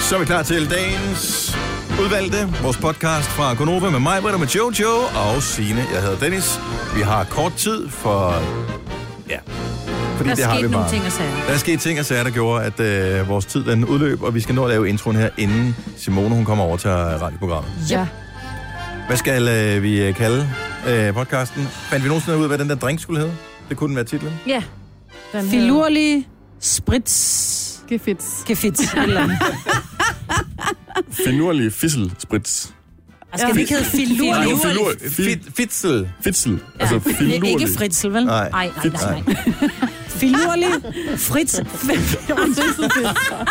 Så er vi klar til dagens udvalgte, vores podcast fra Gonova med mig, Britta, med Jojo og Sine. Jeg hedder Dennis. Vi har kort tid for... Ja, fordi Der det har skete vi nogle bare. ting og sager. Der er sket ting og sager, der gjorde, at øh, vores tid den udløb, og vi skal nå at lave introen her, inden Simone hun kommer over til øh, radioprogrammet. Ja. Hvad skal øh, vi øh, kalde øh, podcasten? Fandt vi nogensinde ud af, hvad den der drink skulle hedde? Det kunne den være titlen. Ja. Den Filurlig sprits hedder Gefits. gefits. Eller... andet. Finurlig fisselspritz. Altså, skal det ikke hedde filurlig? Nej, jo, filur- fi- Fit, fitzel. fitsel. Altså Ikke- finurlig. Ikke fritsel, vel? Nej. nej, nej. nej, nej. Filurlig frits.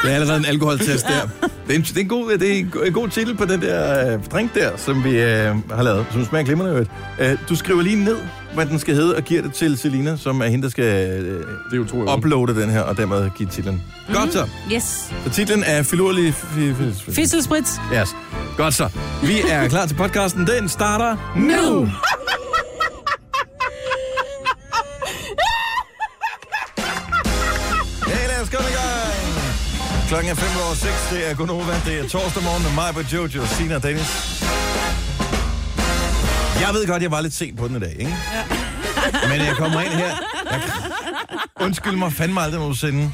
Det er allerede en alkoholtest der. Det er en, det er en, god, det er en, go- en god titel på den der øh, drink der, som vi øh, har lavet, som smager glimrende i øvrigt. Øh, du skriver lige ned, hvad den skal hedde, og giver det til Selina, som er hende, der skal øh, Det er jo to euro. uploade den her, og dermed give titlen. Mm-hmm. Godt så. Yes. Mhm. Så titlen er Filurlig... Fi, fi, fi, Fisselspritz. Yes. Godt så. Vi er klar til podcasten. Den starter nu. Hey, lad os komme i gang. Klokken er 5 over 6. Det er Gunova. Det er torsdag morgen med mig, på Jojo, Sina og Dennis. Jeg ved godt, jeg var lidt sent på den i dag, ikke? Ja. Men jeg kommer ind her. Jeg... Undskyld mig fandme aldrig nogensinde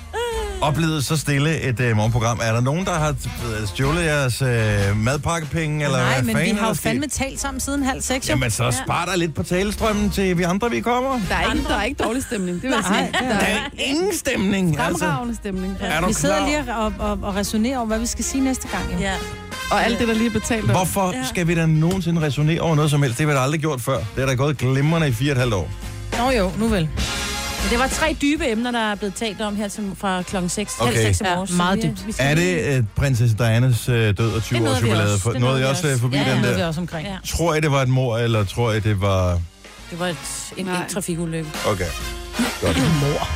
oplevet så stille et øh, morgenprogram. Er der nogen, der har øh, stjålet jeres øh, madpakkepenge? Eller Nej, hvad men vi fanden har er jo der sket? fandme talt sammen siden halv seks. jo. Jamen, så spar dig lidt på talestrømmen til vi andre, vi kommer. Der er, ikke, der er ikke dårlig stemning, det vil jeg sige. Der Der er er ingen stemning, altså. fremragende stemning. Er du Vi sidder klar? lige og, og, og resonerer over, hvad vi skal sige næste gang. Jo. Ja. Og alt det, der lige er betalt. om. Hvorfor skal vi da nogensinde resonere over noget som helst? Det har vi da aldrig gjort før. Det er da gået glimrende i fire og et halvt år. Nå jo, nu vel. Men det var tre dybe emner, der er blevet talt om her til, fra klokken 6. Okay. Halv 6 i Ja, morges. meget Så vi- dybt. vi skal Er lige- det øh, prinsesse Dianas øh, død og 20 nåede års vi jubilæet? også. For- Det Nåede I nåede vi også øh, også. forbi Ja, ja, den Det er vi der? også omkring. Ja. Tror I, det var et mor, eller tror I, det var... Det var et, en, Nej. en trafikulykke. Okay. Godt. mor.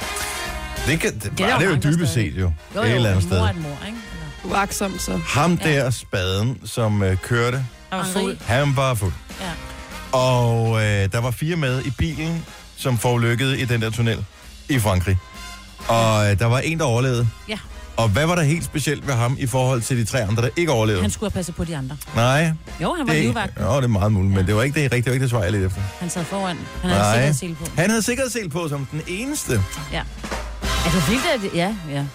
Det, kan, det, det, der var det jo mange, der dybest stadig- set jo. Jo, et jo, eller andet en mor sted. er en mor, ikke? Eller- Uagtsomt så. Ham der spaden, som øh, kørte, Han var fuld. han var fuld. Ja. Og øh, der var fire med i bilen, som forulykkede i den der tunnel i Frankrig. Og øh, der var en, der overlevede. Ja. Og hvad var der helt specielt ved ham i forhold til de tre andre, der ikke overlevede? Han skulle have passet på de andre. Nej, Jo, han var det, livvagt. jo, det er meget muligt, men det var ikke det rigtige, det, var ikke det svar, jeg lidt efter. Han sad foran. Han havde Nej. sikkerhedssele på. Han havde sikkerhedssel på som den eneste. Er det vildt, at det... Ja, ja.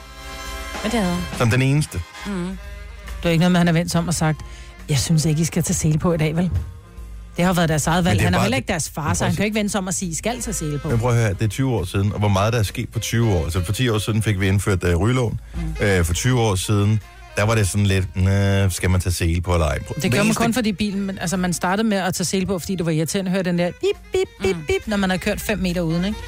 Men det havde han. Som den eneste. Mm. Det er ikke noget med, at han har vendt sig om og sagt, jeg synes ikke, I skal tage sele på i dag, vel? Det har været deres eget Men valg. det er Han er bare- heller ikke deres far, så han kan jo ikke vende sig om og sige, I skal tage sele på. Men prøv at høre, det er 20 år siden, og hvor meget der er sket på 20 år. Altså for 10 år siden fik vi indført uh, rygeloven. Mm. Uh, for 20 år siden, der var det sådan lidt, "Næh, skal man tage sele på eller ej? Prøv- Det Hver gør man eneste kun fordi bilen, men, altså man startede med at tage sele på, fordi det var irriterende at høre den der bip, bip, bip, Mm. bip, når man har kørt 5 meter uden, ikke?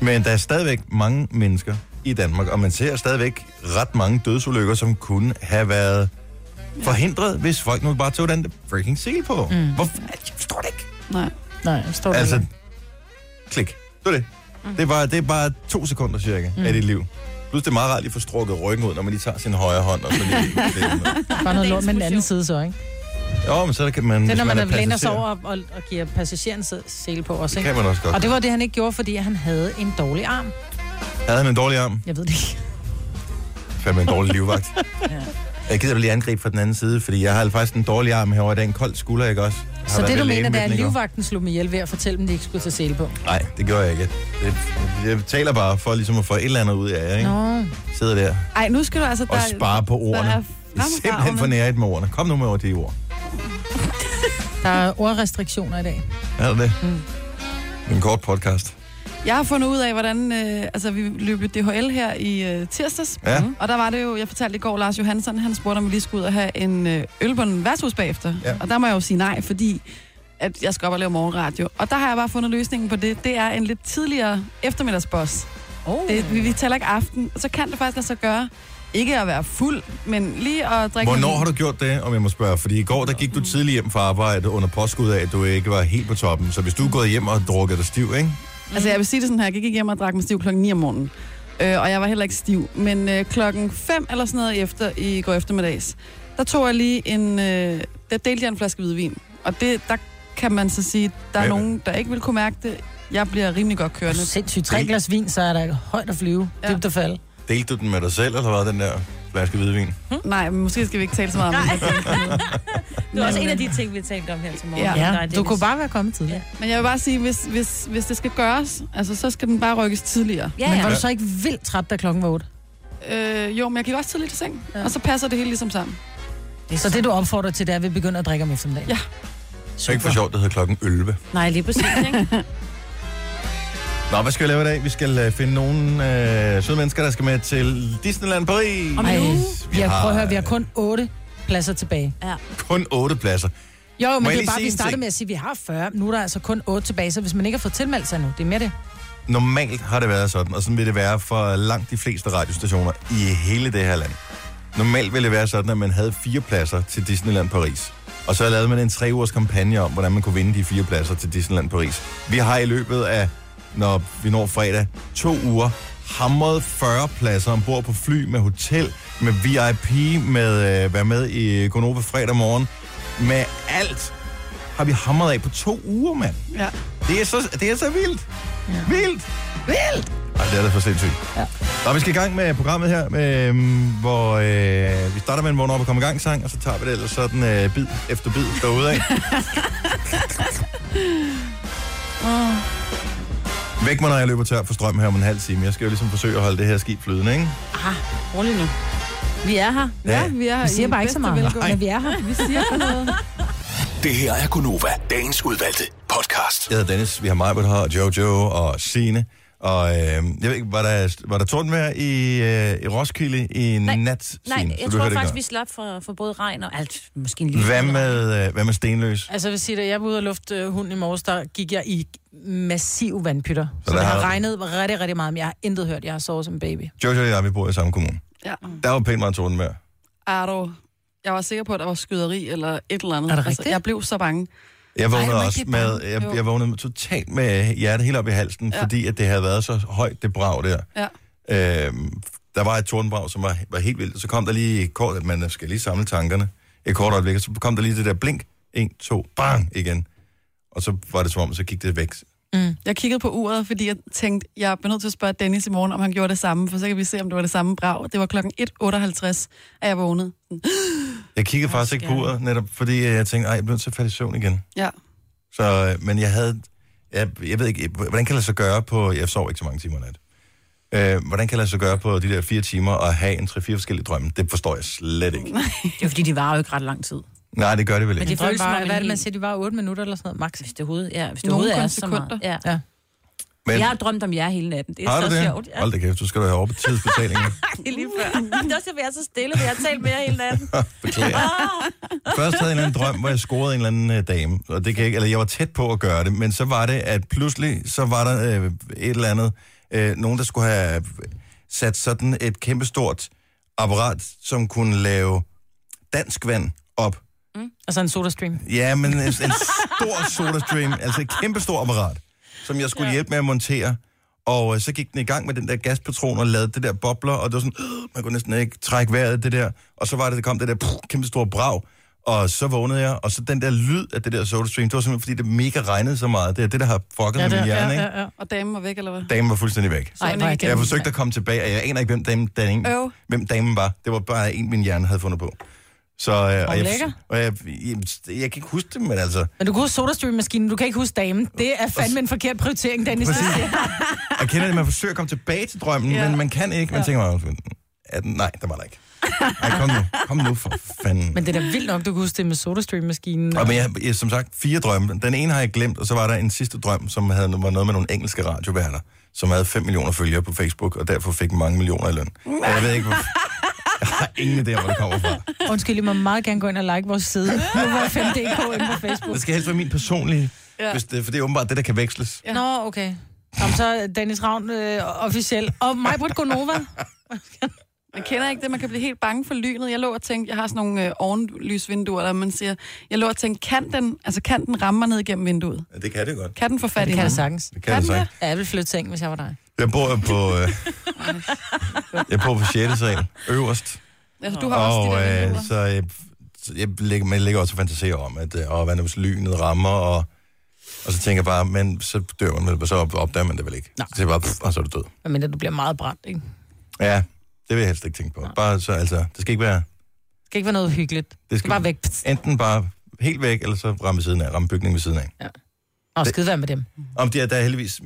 Men der er stadigvæk mange mennesker i Danmark, og man ser stadigvæk ret mange dødsulykker, som kunne have været forhindret, hvis folk nu bare tog den der freaking sele på. Mm. Hvorfor? Jeg forstår det ikke. Nej. Nej, jeg står altså, Altså, klik. Det er det. Mm. Det, er bare, det er bare to sekunder cirka mm. af dit liv. Plus det er meget rart lige at få strukket ryggen ud, når man lige tager sin højre hånd. Og så lige, bare noget det er lort med eksplosion. den anden side så, ikke? jo, men så kan Det man... er, Mm, hvis når man, man er læner sig passager, over og, og, og giver passageren sæd- sele på også, Det ikke? kan man også godt. Og det var det, han ikke gjorde, fordi han havde en dårlig arm. Havde han en dårlig arm? Jeg ved det ikke. Fandme en dårlig livvagt. Jeg gider vel lige angribe fra den anden side, fordi jeg har faktisk en dårlig arm herovre. Der er en kold skulder, ikke også? Jeg har Så været det, ved du lægen mener, det med er, at den i går. livvagten slog mig ihjel ved at fortælle dem, de ikke skulle tage sele på. Nej, det gjorde jeg ikke. Det, jeg taler bare for ligesom at få et eller andet ud af jer, ikke? Nå. Sidder der Ej, nu skal du altså... og sparer på ordene. der Det er er simpelthen fremragende. for nære et med ordene. Kom nu med over de ord. Der er ordrestriktioner i dag. Er det det? Mm. En kort podcast. Jeg har fundet ud af, hvordan... Øh, altså, vi løb jo DHL her i øh, tirsdags. Ja. Mhm. Og der var det jo, jeg fortalte i går, Lars Johansson, han spurgte, om vi lige skulle ud og have en øh, øl på en værtshus bagefter. Ja. Og der må jeg jo sige nej, fordi at jeg skal op og lave morgenradio. Og der har jeg bare fundet løsningen på det. Det er en lidt tidligere eftermiddagsboss. Oh. Det, vi, vi taler ikke aften. Så kan det faktisk altså gøre, ikke at være fuld, men lige at drikke... Hvornår har du gjort det, om jeg må spørge? Fordi i går, der gik du tidligt hjem fra arbejde under påskud af, at du ikke var helt på toppen. Så hvis du er gået hjem og drukket dig stiv, ikke? Altså, jeg vil sige det sådan her. Jeg gik ikke hjem og drak mig stiv klokken 9 om morgenen. Øh, og jeg var heller ikke stiv. Men øh, klokken 5 eller sådan noget efter, i går eftermiddags, der tog jeg lige en... Øh, der delte jeg en flaske hvidvin. Og det, der kan man så sige, der er Ja. nogen, der ikke vil kunne mærke det. Jeg bliver rimelig godt kørende. Sindssygt. Tre glas vin, så er der højt at flyve. Ja. Ja. Dybt at falde. Delte du den med dig selv, eller hvad, den der flaske hvidvin. Nej, men måske skal vi ikke tale så meget om det. øh, Det er også en af de ting, vi talte om her til morgen. Ja. Der er Ja, du Dennis. kunne bare være kommet tidligere. Men jeg vil bare sige, hvis, hvis, hvis det skal gøres, altså, så skal den bare rykkes tidligere. Ja, Men ja. var du så ikke vildt træt, da klokken var 8? Øh, jo, men jeg gik også tidligt til seng, Ja. ja. og så passer det hele ligesom sammen. Så det, du opfordrer til, det er, at vi begynder at drikke om eftermiddagen? Ja. Så ikke for sjovt, det hedder klokken 11. Nej, lige præcis, ikke? Nå, hvad skal vi lave i dag? Vi skal øh, finde nogle øh, søde mennesker, der skal med til Disneyland Paris. Om en Ej, uge. vi har, prøv at høre, vi har kun... kun 8 pladser tilbage. kun 8 pladser. Jo, men det jeg lige er bare, sige vi en startede ting? med at sige, at vi har 40. Nu er der altså kun 8 tilbage, så hvis man ikke har fået tilmeldt sig nu, det er mere det. Normalt har det været sådan, og sådan vil det være for langt de fleste radiostationer i hele det her land. Normalt ville det være sådan, at man havde fire pladser til Disneyland Paris. Og så lavede man en tre ugers kampagne om, hvordan man kunne vinde de fire pladser til Disneyland Paris. Vi har i løbet af, når vi når fredag, to uger hamret 40 pladser ombord på fly med hotel, med VIP, med øh, være med i Gonova fredag morgen. Med alt har vi hamret af på to uger, mand. Ja. Det er så, det er så vildt. Ja. Vildt. Vildt. Ej, det er da for sindssygt. Ja. Nå, vi skal i gang med programmet her, øh, hvor øh, vi starter med en vågn op og komme i gang sang, og så tager vi det ellers sådan øh, bid efter bid derude af. Væk mig, når jeg løber tør for strøm her om en halv time. Jeg skal jo ligesom forsøge at holde det her skib flydende, ikke? Rolig nu. Vi er her. Ja, vi er Vi siger i bare ikke så bedste meget, velgående. men vi er her. Vi siger ikke noget. Det her er Gunova, dagens udvalgte podcast. Jeg hedder Dennis, vi har Majbert her, og Jojo og Sine. Og øh, jeg ved ikke, var der, var der tordenvejr i, øh, i Roskilde i Nej. nat, Signe? Nej, Så jeg du tror hørte ikke faktisk, noget. vi slap for, for både regn og alt. Måske en lille Hvad med, øh, hvad med Stenløs? Altså, jeg vil sige, da jeg var ude og lufte øh, hunden i morges, der gik jeg i massiv vandpytter. Så, der det har har- regnet rigtig, rigtig meget, men jeg har intet hørt. Jeg har sovet som en baby. Jojo og jeg, vi bor i samme kommune. Mm. Ja. Der var pænt meget tordenvejr. Ardo, jeg var sikker på, at der var skyderi eller et eller andet. Er det Altså, rigtigt? jeg blev så bange. Jeg Ej, vågnede hvor er også det med, bange. jeg, Jo. jeg vågnede totalt med hjertet helt op i halsen, ja. Ja. fordi at det havde været så højt det brag der. Ja. Øhm, der var et tordenbrag, som var, var helt vildt. Så kom der lige et kort, at man skal lige samle tankerne. Et kort øjeblik, og så kom der lige det der blink. En, to, bang igen. Og så var det som om, så gik det væk. Mm. Jeg kiggede på uret, fordi jeg tænkte, jeg bliver nødt til at spørge Dennis i morgen, om han gjorde det samme, for så kan vi se, om det var det samme brag. Det var klokken 1.58, at jeg vågnede. Jeg kiggede faktisk ikke på skærm. uret, netop fordi øh, jeg tænkte, ej, jeg bliver nødt til at falde i søvn igen. Ja. Så, øh, men jeg havde... Jeg, jeg ved ikke, hvordan kan det så gøre på... Jeg sov ikke så mange timer i nat. Øh, hvordan kan det så gøre på de der fire timer at have en tre fire forskellige drømme? Det forstår jeg slet ikke. Nej, Det er jo fordi, de varer jo ikke ret lang tid. det gør det vel Men ikke. det Drøm føles som bare- om en Hvad er det, hel- man siger, de var 8 minutter eller sådan noget, max? Hvis det hovedet, ja, hvis det Nogle hovedet er kun så meget. sekunder. Ja. Ja. Men, Jeg har drømt om jer hele natten. Det er har så du det? sjovt. Ja, Hold da kæft, du skal da have overbetidelsbetalingen. det er lige før. det er også, at jeg er så stille, for jeg har talt med jer hele natten. Ah! Beklager. Først havde jeg en eller anden drøm, hvor jeg scorede en eller anden øh, dame. Og det kan jeg ikke, eller jeg var tæt på at gøre det, men så var det, at pludselig så var der øh, et eller andet. Øh, nogen, der skulle have sat sådan et kæmpestort apparat, som kunne lave dansk vand op. Altså en sodastream. Ja, men en, en stor sodastream, altså et kæmpestort apparat, som jeg skulle ja. hjælpe med at montere. Og øh, så gik den i gang med den der gaspatron og lavede det der bobler, og det var sådan, "Øh, man kunne næsten ikke trække vejret af det der. Og så var det, der kom det der puh, kæmpestore brag, og så vågnede jeg, og så den der lyd af det der sodastream, det var simpelthen, fordi det mega regnede så meget. Det er det, der har fucket ja, med min hjerne, ikke? ja. Og damen var væk, eller hvad? Damen var fuldstændig væk. Så Ej, den nej, ikke det- Jeg forsøgte at komme tilbage, og jeg aner ikke, hvem damen, damen, Øv. hvem damen var. Det var bare en, min hjerne havde fundet på. Så, øh, og, jeg, lækker. og jeg, jeg, jeg, jeg kan ikke huske det, men altså... Men du kunne huske sodastream-maskinen, du kan ikke huske damen. Det er fandme en forkert prioritering, Dennis. Præcis. Jeg kender det, man forsøger at komme tilbage til drømmen, ja. Ja. men man kan ikke. Man tænker bare, er den, nej, der var der ikke. Ej, kom nu, kom nu for fanden. Men, Men det er da vildt nok, du kunne huske det med sodastream-maskinen. og men jeg, jeg, som sagt, fire drømme. Den ene har jeg glemt, og så var der en sidste drøm, som havde, var noget med nogle engelske radioværter, som havde 5 millioner følgere på Facebook, og derfor fik mange millioner i løn. Og jeg ved ikke, hvor... Jeg har ingen idé, om, hvor det kommer fra. Undskyld, I må meget gerne gå ind og like vores side. Nu var 5DK inde på Facebook. Det skal helst være min personlige, ja. Ja. hvis det, for det er åbenbart det, der kan veksles. Ja. Nå, okay. Om så er Dennis Ravn øh, officiel. Og mig, Britt Gonova. Man kender ikke det, man kan blive helt bange for lynet. Jeg lå og tænkte, jeg har sådan nogle øh, ovenlysvinduer, der man siger, jeg lå og tænkte, kan den, altså kan den ramme mig ned igennem vinduet? Ja, det kan det godt. Kan den få fat i Det kan mig? det sagtens. Altså, Det kan, Kan det så den ikke. det? Ja, jeg ville flytte ting, hvis jeg var dig. Jeg bor jo på... Øh, jeg bor på 6. sal, øverst. Altså, du har også Og de der øh, vinduer. så jeg, så jeg ligger, man ligger også og fantaserer om, at øh, åh, hvad nu hvis lynet rammer, og, og så tænker jeg bare, men så dør man vel, og så op, opdager man det vel ikke. Nej. Så tænker jeg bare, pff, og så er du død. Men mindre, du bliver meget brændt, ikke? Ja, Det vil jeg helst ikke tænke på. Bare så, altså, det skal ikke være... Det skal ikke være noget hyggeligt. Det Det skal skal bare væk. Pst. enten bare helt væk, eller så ramme siden af, ramme bygningen ved siden af. Og skide være med dem. Om det er der er heldigvis...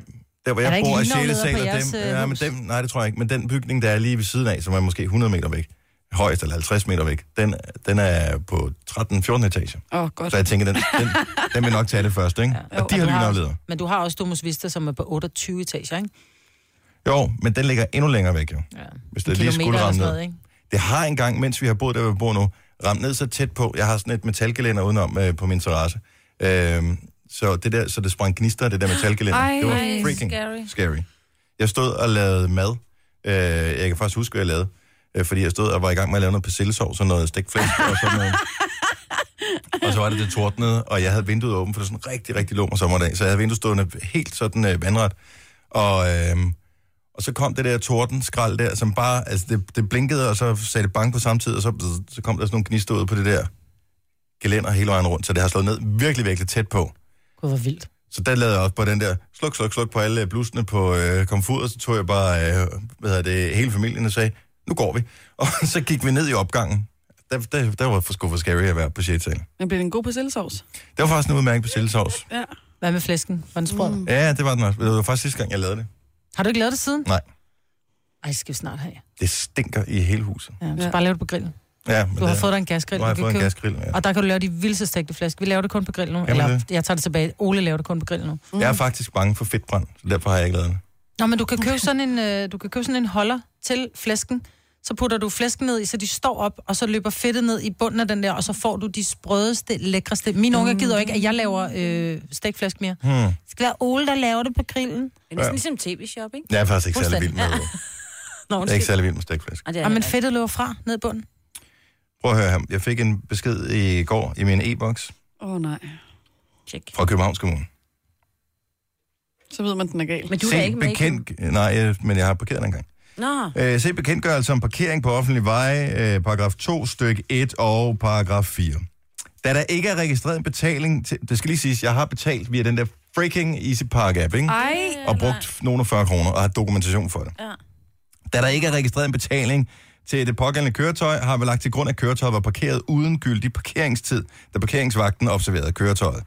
Der, hvor Er der jeg ikke bor, er lignovleder på 6. sal, og jeres, dem, øh, ja, men hus? dem, nej, det tror jeg ikke, men den bygning, der er lige ved siden af, som er måske 100 meter væk, højst eller 50 meter væk, den, den er på 13-14 etager. Åh, oh, godt. Så jeg tænker, den, den, den vil nok tage det først, ikke? Ja. Jo, Og de og har du også- lynafleder. Men du har også Domus Vista, som er på 28 etager, ikke? Jo, men den ligger endnu længere væk, jo. Ja. Hvis det lige skulle ramme ned. ikke? Det har engang, mens vi har boet der, hvor vi bor nu, ramt ned så tæt på. Jeg har sådan et metalgelænder udenom øh, på min terrasse. Øhm, så det der, så det sprang gnister, det der metalgelænder. Ej, det var ej, freaking scary. scary. Jeg stod og lavede mad. Øh, jeg kan faktisk huske, hvad jeg lavede. Øh, fordi jeg stod og var i gang med at lave noget persillesovs og noget stegt flæsk og sådan noget. og så var det det tordnede, og jeg havde vinduet åbent, for det var sådan en rigtig, rigtig lummer sommerdag. Så jeg havde vinduestående helt sådan øh, vandret. Og, øhm, og så kom det der tordenskrald der, som bare, altså det, det blinkede, og så sagde det bank på samtidig, og så, så kom der sådan nogle gnister ud på det der gelænder hele vejen rundt, så det har slået ned virkelig, virkelig tæt på. Gud, hvor vildt. Så der lavede jeg også på den der sluk, sluk, sluk på alle øh, blusene på øh, komfuret, så tog jeg bare, øh, hvad hedder det, hele familien og sagde, nu går vi. Og så gik vi ned i opgangen. Der, der, der var for, sgu for scary at være på 6. sal. Men bliver det en god persillesovs? Det var faktisk en udmærket på sillesovs. Ja. Hvad med flæsken? Var den sprød? Mm. Ja, det var den også. Det var faktisk sidste gang, jeg lavede det. Har du ikke lavet det siden? Nej, Ej, skal vi snart have. det stinker i hele huset. Ja, du skal Ja. bare lave det på grillen. Ja, men Du har det- fået dig en gasgrill. nu har jeg du kan fået en købe- gasgrill. Ja. Og der kan du lave de vildeste stegte flæsk. Vi laver det kun på grill nu. man Eller, det? jeg tager det tilbage. Ole laver det kun på grill nu. Mm. Jeg er faktisk bange for fedtbrand, så derfor har jeg ikke lavet det. Nå, men du kan købe sådan en, øh, du kan købe sådan en holder til flæsken. Så putter du flæsken ned i, så de står op, og så løber fedtet ned i bunden af den der, og så får du de sprødeste, lækreste. Mine unger gider jo ikke, at jeg laver øh, stegflæsk mere. Hmm. Mm. Det skal være Ole, der laver det på grillen. Det er næsten ligesom tv-shop, ikke? Jeg er faktisk ikke særlig vild med det. Nå, Jeg er ikke særlig vild med stegflæsk. Og det er Ja, men heller ikke. fedtet løber fra ned i bunden. Prøv at høre her. Jeg fik en besked i går i min e-boks Åh, oh, nej. Check. fra Københavns Kommune. Så ved man, den er gal. Men du er ikke med. bekendt... Nej, jeg- men jeg har parkeret den engang. Nå, Øh, se bekendtgørelse om parkering på offentlig vej, øh, paragraf 2, styk 1 og paragraf 4. Da der ikke er registreret en betaling til... Det skal lige siges, jeg har betalt via den der freaking Easy Park app, ikke? Ej, og brugt nogle af 40 kroner og har dokumentation for det. Ja. Da der ikke er registreret en betaling til det pågældende køretøj, har vi lagt til grund, at køretøjet var parkeret uden gyldig parkeringstid, da parkeringsvagten observerede køretøjet.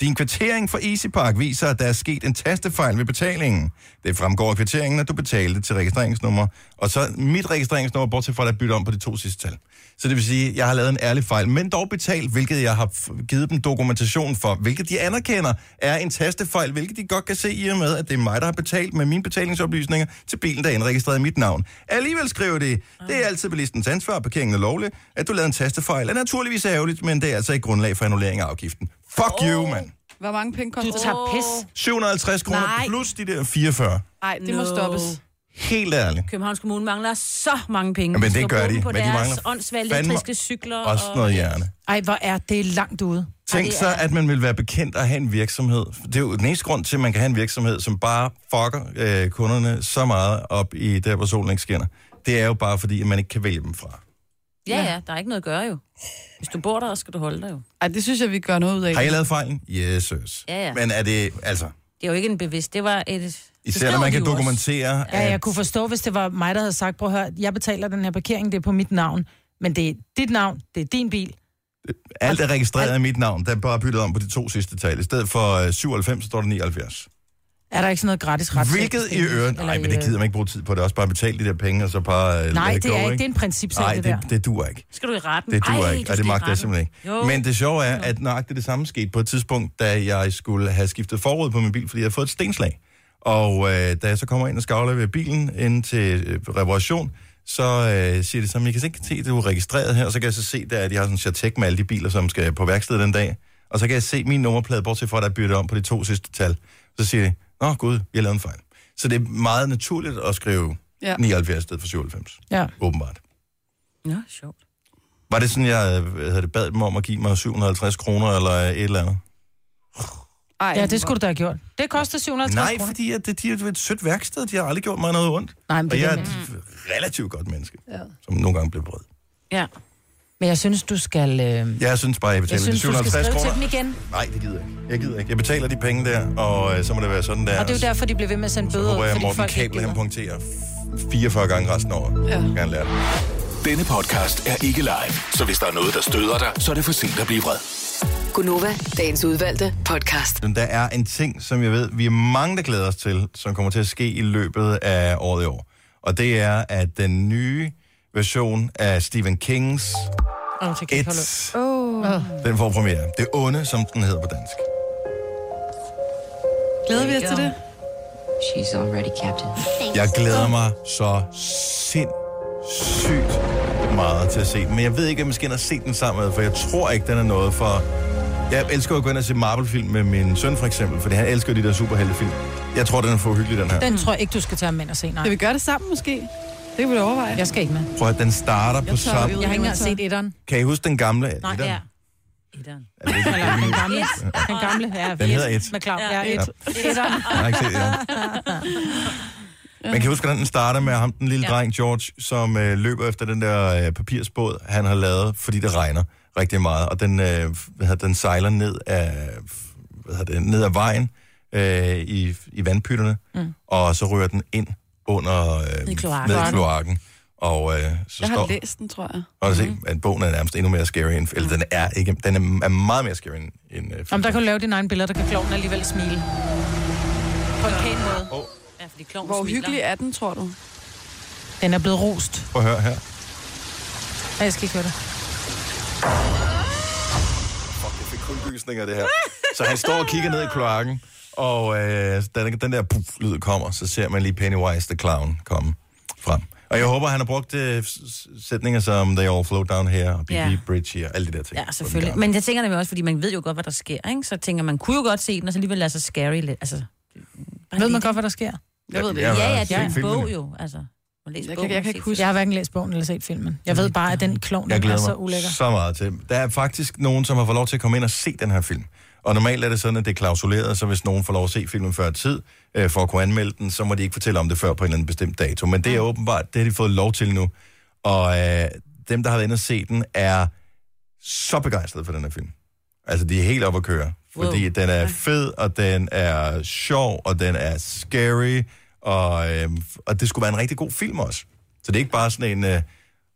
Din kvittering for Easy Park viser, at der er sket en tastefejl ved betalingen. Det fremgår af kvitteringen, at du betalte til registreringsnummer, og så mit registreringsnummer, bortset fra at jeg bytte om på de to sidste tal. Så det vil sige, at jeg har lavet en ærlig fejl, men dog betalt, hvilket jeg har f- givet dem dokumentation for, hvilket de anerkender er en tastefejl, hvilket de godt kan se i og med, at det er mig, der har betalt med mine betalingsoplysninger til bilen, der er indregistreret i mit navn. Alligevel skriver de, det er altid bilistens ansvar, parkeringen er lovlig, at du lavede en tastefejl. Er naturligvis ærgerligt, men det er altså ikke grundlag for annullering af afgiften. Fuck oh. you, mand. hvor mange penge Du koster det? tager pis. 750 kroner Nej. plus de der 44. Nej, det må No. stoppes. Helt ærligt. Københavns Kommune mangler så mange penge. Jamen, det Mm. skal gør bruge de, dem På men de deres mangler åndssvage fandme elektriske cykler. Også og- noget hjerne. Ej, hvor er det langt ude. Tænk det så, er- at man vil være bekendt at have en virksomhed. Det er jo den eneste grund til, at man kan have en virksomhed, som bare fucker øh, kunderne så meget op i der, hvor solen ikke skinner. Det er jo bare fordi, at man ikke kan vælge dem fra. Ja, ja, der er ikke noget at gøre jo. Hvis du bor der, skal du holde dig jo. Ej, det synes jeg, vi gør noget ud af. Har I lavet fejlen? Jesus. Ja, ja. Men er det, altså, Det er jo ikke en bevidst, det var et... det især skriver når man de kan jo også. dokumentere, ja, Ja, jeg kunne forstå, hvis det var mig, der havde sagt, prøv at høre, jeg betaler den her parkering, det er på mit navn. Men det er dit navn, det er din bil. alt er registreret i mit navn. Der er bare byttet om på de to sidste tal. I stedet for øh, 97, så står der 79. Er der ikke sådan noget gratis ret? Hvilket i øvrigt... Nej, men det gider man ikke bruge tid på. Det er også bare at betale de der penge, og så bare øh, Nej, lade det go, er ikke. Det er en principsag, Nej, det, der. det, det duer ikke. Skal du i retten? Det duer Ej, ikke, du og det skal i magter jeg retten. simpelthen ikke. Jo. Men det sjove er, at nøjagtigt det samme skete på et tidspunkt, da jeg skulle have skiftet forud på min bil, fordi jeg havde fået et stenslag. Og øh, da jeg så kommer ind og skal aflevere bilen ind til øh, reparation, så øh, siger de så, "Men jeg kan ikke se, at du er registreret her, og så kan jeg så se, der, at de har sådan en chatek med alle de biler, som skal på værkstedet den dag. Og så kan jeg se min nummerplade, bortset fra, at der er byttet om på de to sidste tal. Så siger de, nå gud, vi har lavet en fejl. Så det er meget naturligt at skrive Ja. ja. 79 i stedet for 97, Ja. åbenbart. Nå, sjovt. Var det sådan, jeg øh, hvad hedder det, bad dem om at give mig 750 kroner eller øh, et eller andet? Ej, ja, det skulle du da have gjort. Det koster 750 Nej, kroner. fordi at det, de er jo et sødt værksted. De har aldrig gjort mig noget ondt. Nej, men Og det jeg er er det, et relativt godt menneske, ja. som nogle gange bliver vred. Ja. Men jeg synes, du skal... Øh... Jeg synes bare, jeg Jeg betaler de synes, du skal 750 skrive til kroner. dem igen. Nej, det gider jeg ikke. Jeg gider ikke. Jeg betaler de penge der, og øh, så må det være sådan der. Og det er jo derfor, de bliver ved med at sende Så bøder. håber jeg, fordi Morten folk ikke Kabel han gider. punkterer 44 gange resten af året. Ja. Ja. Jeg gerne lære det. Denne podcast er ikke live, så hvis der er noget, der støder dig, så er det for sent at blive vred. Gunova, dagens udvalgte podcast. Men der er en ting, som jeg ved, vi er mange, der glæder os til, som kommer til at ske i løbet af året i år. Og det er, at den nye version af Stephen Kings Oh, det kan jeg ikke holde ud. It, oh. den får premiere. Det onde, som den hedder på dansk. Glæder vi os til det? She's already captain. Jeg glæder mig så sindssygt meget til at se den. Men jeg ved ikke, om jeg skal ind og se den sammen med, for jeg tror ikke, den er noget for... Jeg elsker at gå ind og se Marvel-film med min søn, for eksempel, fordi han elsker de der superheltefilm. Jeg tror, den er for hyggelig, den her. Den tror jeg ikke, du skal tage med og se, nej. Kan vi gøre det sammen måske? Det kan vi da overveje. Jeg skal ikke med. Prøv at høre, den starter på tager samme... ud. Jeg har ikke engang set etteren. Kan I huske den gamle? Nej, Etteren? ja. Etteren. Er det ikke- Eller den gamle. Den gamle, ja. Den hedder It. Med Claus. Ja, Ja, et. Etteren. Jeg har ikke set det. ja. Man kan huske, hvordan den starter med ham, den lille ja. dreng George, som øh, løber efter den der øh, papirsbåd, han har lavet, fordi det regner rigtig meget. Og den, øh, hvad hedder, den sejler ned af, hvad hedder det, ned ad vejen øh, i, i vandpytterne, mm. og så rører den ind under øh, ned i kloakken. kloakken. Og øh, så Jeg har står... læst den, tror jeg. Og se, at bogen er nærmest endnu mere scary end... Eller den er ikke... Den er, er meget mere scary end... end øh, Om der filmen. kan du lave dine egne billeder, der kan klovnen alligevel smile. På en pæn måde. Ja, fordi kloven Hvor smiler. hyggelig er den, tror du? Den er blevet rost. Prøv at høre her. Ja, jeg skal ikke høre det. Jeg fik kuldegysninger af det her. Så han står og kigger ned i kloakken, og øh, da den, den der puff, lyd kommer, så ser man lige Pennywise the Clown komme frem. Og jeg håber, han har brugt øh, s- s- sætninger som They All Float Down Here, og BB Ja. Bridge Here, alle de der ting. Ja, selvfølgelig. Men jeg tænker nemlig også, fordi man ved jo godt, hvad der sker, ikke? Så tænker man, kunne jo godt se den, og så alligevel lade sig scary lidt. Altså, bare Ved lige man godt, hvad der sker? Jeg ved det Ja, ikke. Ja, Jeg ja, har det er set en filmen. bog jo, altså. Man læser Jeg kan- bogen, jeg man kan ikke ser huske- Jeg har hverken læst bogen eller set filmen. Jeg ved bare, at den klovn Jeg er glæder så mig ulækker. så meget til. Der er faktisk nogen, som har fået lov til at komme ind og se den her film. Og normalt er det sådan, at det er klausuleret, så hvis nogen får lov at se filmen før tid, øh, for at kunne anmelde den, så må de ikke fortælle om det før på en eller anden bestemt dato. Men Mm. det er åbenbart, det har de fået lov til nu. Og øh, dem, der har været inde og se den, er så begejstrede for den her film. Altså, de er helt oppe at køre. Fordi wow. den er fed, og den er sjov, og den er scary, og, øh, og det skulle være en rigtig god film også. Så det er ikke bare sådan en, øh,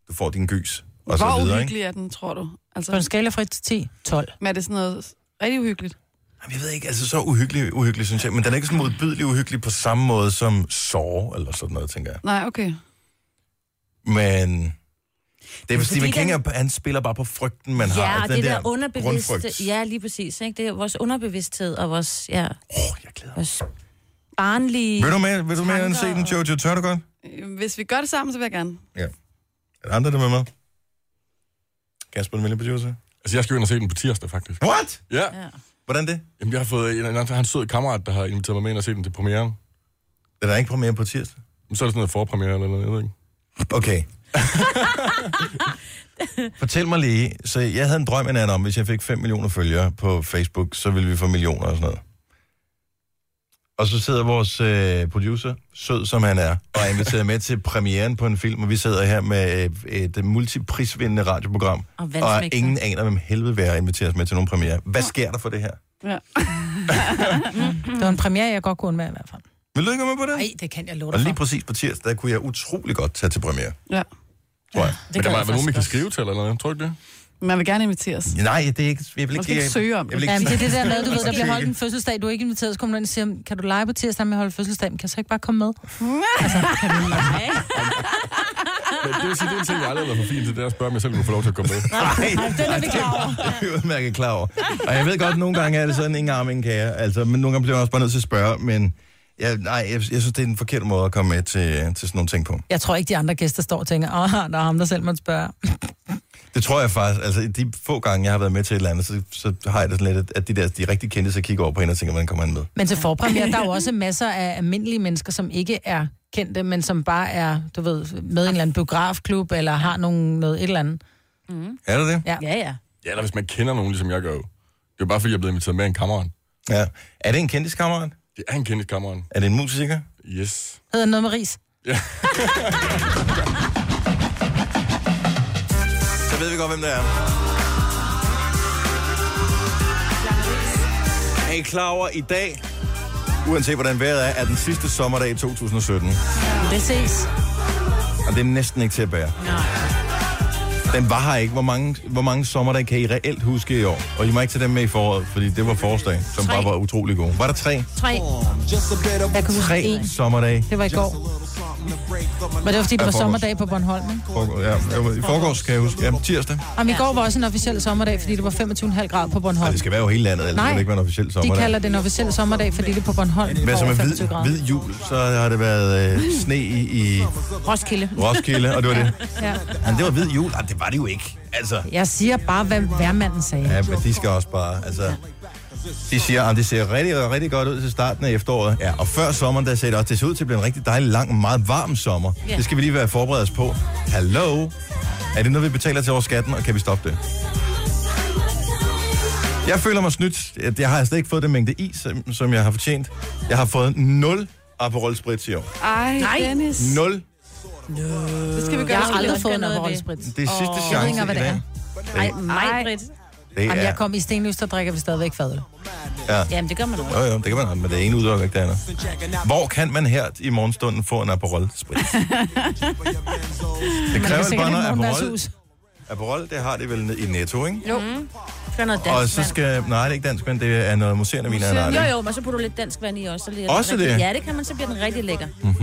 du får din gys, og så Hvor videre, ikke? uhyggelig er den, tror du? Altså, På en skala fra 1 til 10, 12. men er det sådan noget rigtig uhyggeligt? Jamen, Jeg ved ikke, altså så uhyggelig, uhyggelig, synes jeg. Men den er ikke sådan modbydelig uhyggelig på samme måde som Saw, eller sådan noget, tænker jeg. Nej, okay. Men det er, Men Stephen fordi King, den- er- han spiller bare på frygten, man har. Ja, og det og der, der grundfrygt. underbevidste. Ja, lige præcis. Ikke? Det er vores underbevidsthed og vores, ja, Åh, jeg glæder mig. vores barnlige... Vil du med, vil du med end se den, Jojo? Tør du godt? Øh, Hvis vi gør det sammen, så vil jeg gerne. Er der andre, der er med med? Kasper, den vilde producer. Altså, jeg skal jo ind og se den på tirsdag, faktisk. What? Ja, Ja. Hvordan det? Jamen, jeg har fået en, en, en, en sød kammerat, der har inviteret mig med ind og se den til premieren. Den er ikke premiere på tirsdag. Men så er det sådan noget forpremiere eller noget, jeg ved ikke. Okay. Fortæl mig lige, så jeg havde en drøm en nat om, hvis jeg fik 5 millioner følgere på Facebook, så ville vi få millioner og sådan noget. Og så sidder vores øh, producer, sød som han er, og er inviteret med til premieren på en film, og vi sidder her med øh, et multiprisvindende radioprogram, Og og vandsmægter. ingen aner, hvem helvede vil inviteres med til nogen premiere. Hvad sker der for det her? Ja. Det var en premiere, jeg godt kunne undvære i hvert fald. Vil du ikke være med på det? Nej, det kan jeg love Og dig lige for. præcis på tirsdag, der kunne jeg utrolig godt tage til premiere, ja. tror jeg. Men der gør må jeg være nogen, man faktisk kan skrive til eller noget, tror du ikke det? Man vil gerne inviteres. Nej, det er ikke... Jeg vil Man ikke, skal ikke søge om jeg vil det. ikke, Jamen, det er det der med, du ved, Altså, der bliver holdt ikke. en fødselsdag, du er ikke inviteret, så kommer du ind og siger, kan du lege på tirsdag med at holde fødselsdag, men kan jeg så ikke bare komme med? Altså, Men det vil sige, det er en ting, jeg aldrig har været for fint til, det er at spørge, om jeg selv kunne få lov til at komme med. Nej, den er vi klar over. Det er vi udmærket klar over. Og jeg ved godt, nogle gange er det sådan, ingen arm, ingen kære. Altså, men nogle gange bliver man også bare nødt til at spørge, men jeg, nej, jeg, jeg synes, det er den forkerte måde at komme med til, til sådan nogle ting på. Jeg tror ikke, de andre gæster står og tænker, åh, der er ham, der selv måtte spørge. Det tror jeg faktisk, altså de få gange, jeg har været med til et eller andet, så, så har jeg det sådan lidt, at de der, de rigtig kendte, så kigger over på hende og tænker, hvordan kommer han med? Men til forpremiere, der er jo også masser af almindelige mennesker, som ikke er kendte, men som bare er, du ved, med en eller anden biografklub, eller har nogen, noget et eller andet. Er det det? Ja, ja. Ja, eller hvis man kender nogen, ligesom jeg gør jo. Det er jo bare, fordi jeg er blevet inviteret med af en kammerat. Ja. Er det en kendiskammerat? Det er en kendt kammerat. Er det en musiker? Yes. Hedder den noget med ris? Så ved vi godt, hvem det er. Er I klar over i dag, uanset hvordan vejret er, er den sidste sommerdag i 2017? Det ses. og det er næsten ikke til at bære. Den var her ikke. Hvor mange, hvor mange sommerdage kan I reelt huske i år? Og I må ikke tage dem med i foråret, fordi det var forårsdag, som Tre. bare var utrolig gode. Var der tre? Tre. Jeg kan huske Tre en. sommerdage. Det var i går. Men det var fordi, det Ja, var forgårs. sommerdag på Bornholm, ikke? Forgår, ja, I forgårs, kan jeg huske. Ja, tirsdag. Jamen, i går var også en officiel sommerdag, fordi det var 25,5 grader på Ej, Bornholm. det skal være jo hele landet, ellers Nej. kan det ikke være en officiel De sommerdag. kalder det en officiel sommerdag, fordi det er på Bornholm. Hvad som over er 25 hvid, grader. hvid jul, så har det været øh, sne i, i Roskilde. Roskilde, og det var det. Ja. Ja, det var hvid jul. Ej, det var det jo ikke. Altså, Jeg siger bare, hvad værmanden sagde. ja, men de skal også bare, altså... De siger, at det ser rigtig, rigtig godt ud til starten af efteråret. Ja, og før sommeren, der ser det også, det ser ud til at blive en rigtig dejlig, lang, meget varm sommer. Ja. Det skal vi lige være forberedt os på. Hallo? Er det noget, vi betaler til over skatten, og kan vi stoppe det? Jeg føler mig snydt. Jeg- Jeg har slet ikke fået den mængde is, som- som jeg har fortjent. Jeg har fået 0 Aperol Spritz i år. Ej, Nej. Dennis. 0. Det skal vi gøre. Jeg har aldrig også fået gøre en noget ved Aperol det. Spritz. Det er sidste Jeg ved chance ikke engang, i hvad det dag. er. Ej, mig, Britt. Det Jamen, jeg er... kom i Stenløs, der drikker vi stadigvæk fadøl. Jamen, det gør man også. Jo, jo, det kan man have, men det ene udelukker ikke det andet. Hvor kan man her i morgenstunden få en Aperol Spritz? det Men det er kræver sikkert bare ikke noget nogen deres Aperol. hus. Aperol, det har det vel ned i Netto, ikke? Jo. Mm. Gør noget dansk Og så skal... Nej, det er ikke dansk, men det er noget museerne vin, han har vand. Jo, det. jo, men så putter du lidt dansk vand i også. Så bliver Også rigtig, det? Mhm. Ja, det kan man, så bliver den rigtig lækker. Mm.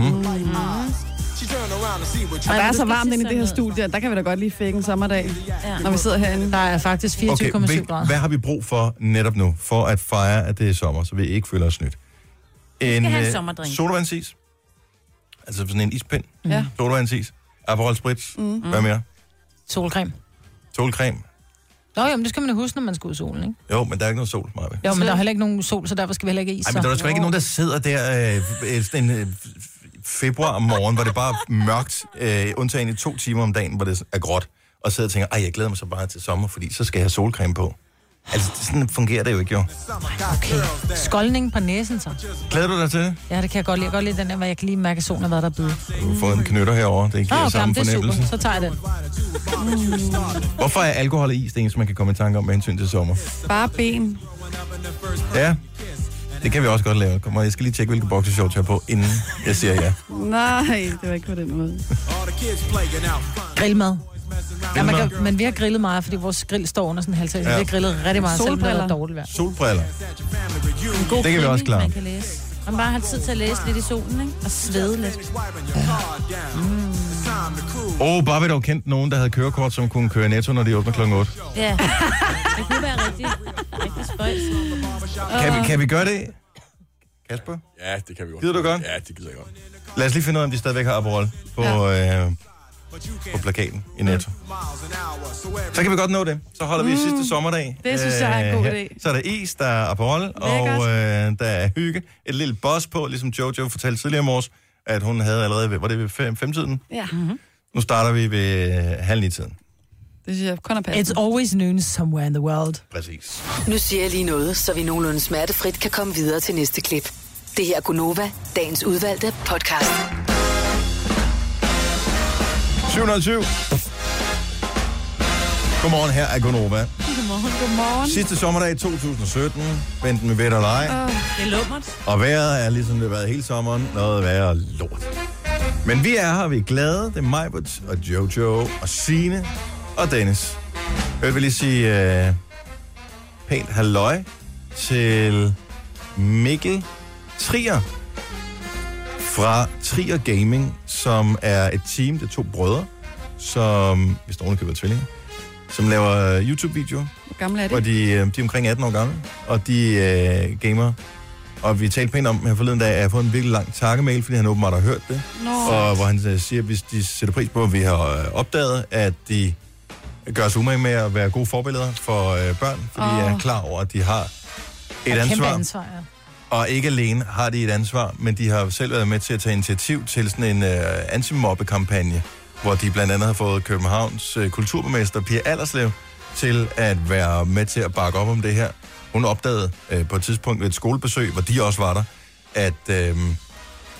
Og der Ej, er men så du skal varmt ikke inde i sige det her sådan studie, der kan vi da godt lige fække en sommerdag, Ja. når vi sidder herinde. Der er faktisk 24,7 Okay, hvil- grader. hvad har vi brug for netop nu, for at fejre, at det er sommer, så vi ikke føler os snydt? En, have en øh, sommerdrink. Sodavandsis. Altså sådan en ispind. Ja. Sodavandsis. Aperol Spritz. Mm. Hvad mere? Solcreme. Solcreme. Nå, jo, men det skal man jo huske, når man skal ud i solen, ikke? Jo, men der er ikke noget sol, Marve. Jo, men der er heller ikke nogen sol, så derfor skal vi heller ikke i is. Ej, men der er så. sgu ikke nogen, der sidder der øh, øh, sådan en øh, f- februar morgen, hvor det bare er mørkt, øh, undtagen i to timer om dagen, hvor det er gråt, og sidder og tænker, ej, jeg glæder mig så bare til sommer, fordi så skal jeg have solcreme på. Altså, det- sådan fungerer det jo ikke, jo. Skoldning på næsen, så. Glæder du dig til det? Ja, det kan jeg godt lide. Jeg kan godt lide den der, hvor jeg kan lige mærke, at solen har været der og bide. Du har fået en knytter herover. det Nå, giver okay, samme det er super. fornemmelse. Så tager jeg den. Mm. Hvorfor er alkohol og is det eneste, man kan komme i tanke om med hensyn til sommer? Bare ben. Ja, det kan vi også godt lave. Kom, og jeg skal lige tjekke, hvilke boxershorts jeg har på, inden jeg siger ja. Nej, det var ikke på den måde. Grillmad. Ja, man Grillmad. kan, men vi har grillet meget, fordi vores grill står under sådan en halvtag, så Ja. vi har grillet rigtig meget, selvom det har været Solbriller. dårligt vejr. Solbriller. En god Det kan vi krimi, også klare. Man kan læse. Man bare har tid til at læse lidt i solen, ikke? Og svede lidt. Mm. Åh, oh, bare ved dog kendt nogen, der havde kørekort, som kunne køre i netto, når de åbner klokken 8. Ja. Det kunne være rigtig, rigtig spøjs. Kan vi, kan vi gøre det? Kasper? Ja, det kan vi godt. Gider du godt? Ja, det gider jeg godt. Lad os lige finde ud af, om de stadigvæk har Aperol på, ja. øh, på plakaten i Netto. Så kan vi godt nå det. Så holder vi sidste sommerdag. Mm. det synes jeg er en god her. idé. Så er der is, der er Aperol, og øh, der er hygge. Et lille boss på, ligesom Jojo fortalte tidligere i morges, at hun havde allerede ved, var det ved fem, femtiden? Ja. Mhm. Nu starter vi ved øh, halv ni-tiden. Det synes jeg kun er It's passende. always noon somewhere in the world. Præcis. Nu siger jeg lige noget, så vi nogenlunde smertefrit kan komme videre til næste klip. Det her er Gunova, dagens udvalgte podcast. 720. Godmorgen, her er Gunova. Godmorgen. Godmorgen. Sidste sommerdag i 2017, venten med ved eller ej. Det er lummert. Og vejret er ligesom det har været hele sommeren, noget værre lort. Men vi er her, vi er glade. Det er Majbert og Jojo og Sine og Dennis. Jeg vil lige sige øh, pænt halløj til Mikkel Trier fra Trier Gaming, som er et team, det er to brødre, som, hvis der køber tvillinger, som laver øh, YouTube-videoer, Hvor gammel er hvor det? de, øh, de er omkring 18 år gamle, og de øh, gamer. Og vi talte pænt om her forleden dag, at jeg har fået en virkelig lang takkemail, fordi han åbenbart har hørt det. Nå. Og hvor han øh, siger, at hvis de sætter pris på, at vi har øh, opdaget, at de gør sig umage med at være gode forbilleder for øh, børn, fordi oh. Åh. jeg er klar over, at de har et Kæmpe ansvar. ansvar, ja. Og ikke alene har de et ansvar, men de har selv været med til at tage initiativ til sådan en øh, antimobbekampagne, hvor de blandt andet har fået Københavns øh, kulturborgmester Pia Allerslev til at være med til at bakke op om det her. Hun opdagede øh, på et tidspunkt ved et skolebesøg, hvor de også var der, at, øh,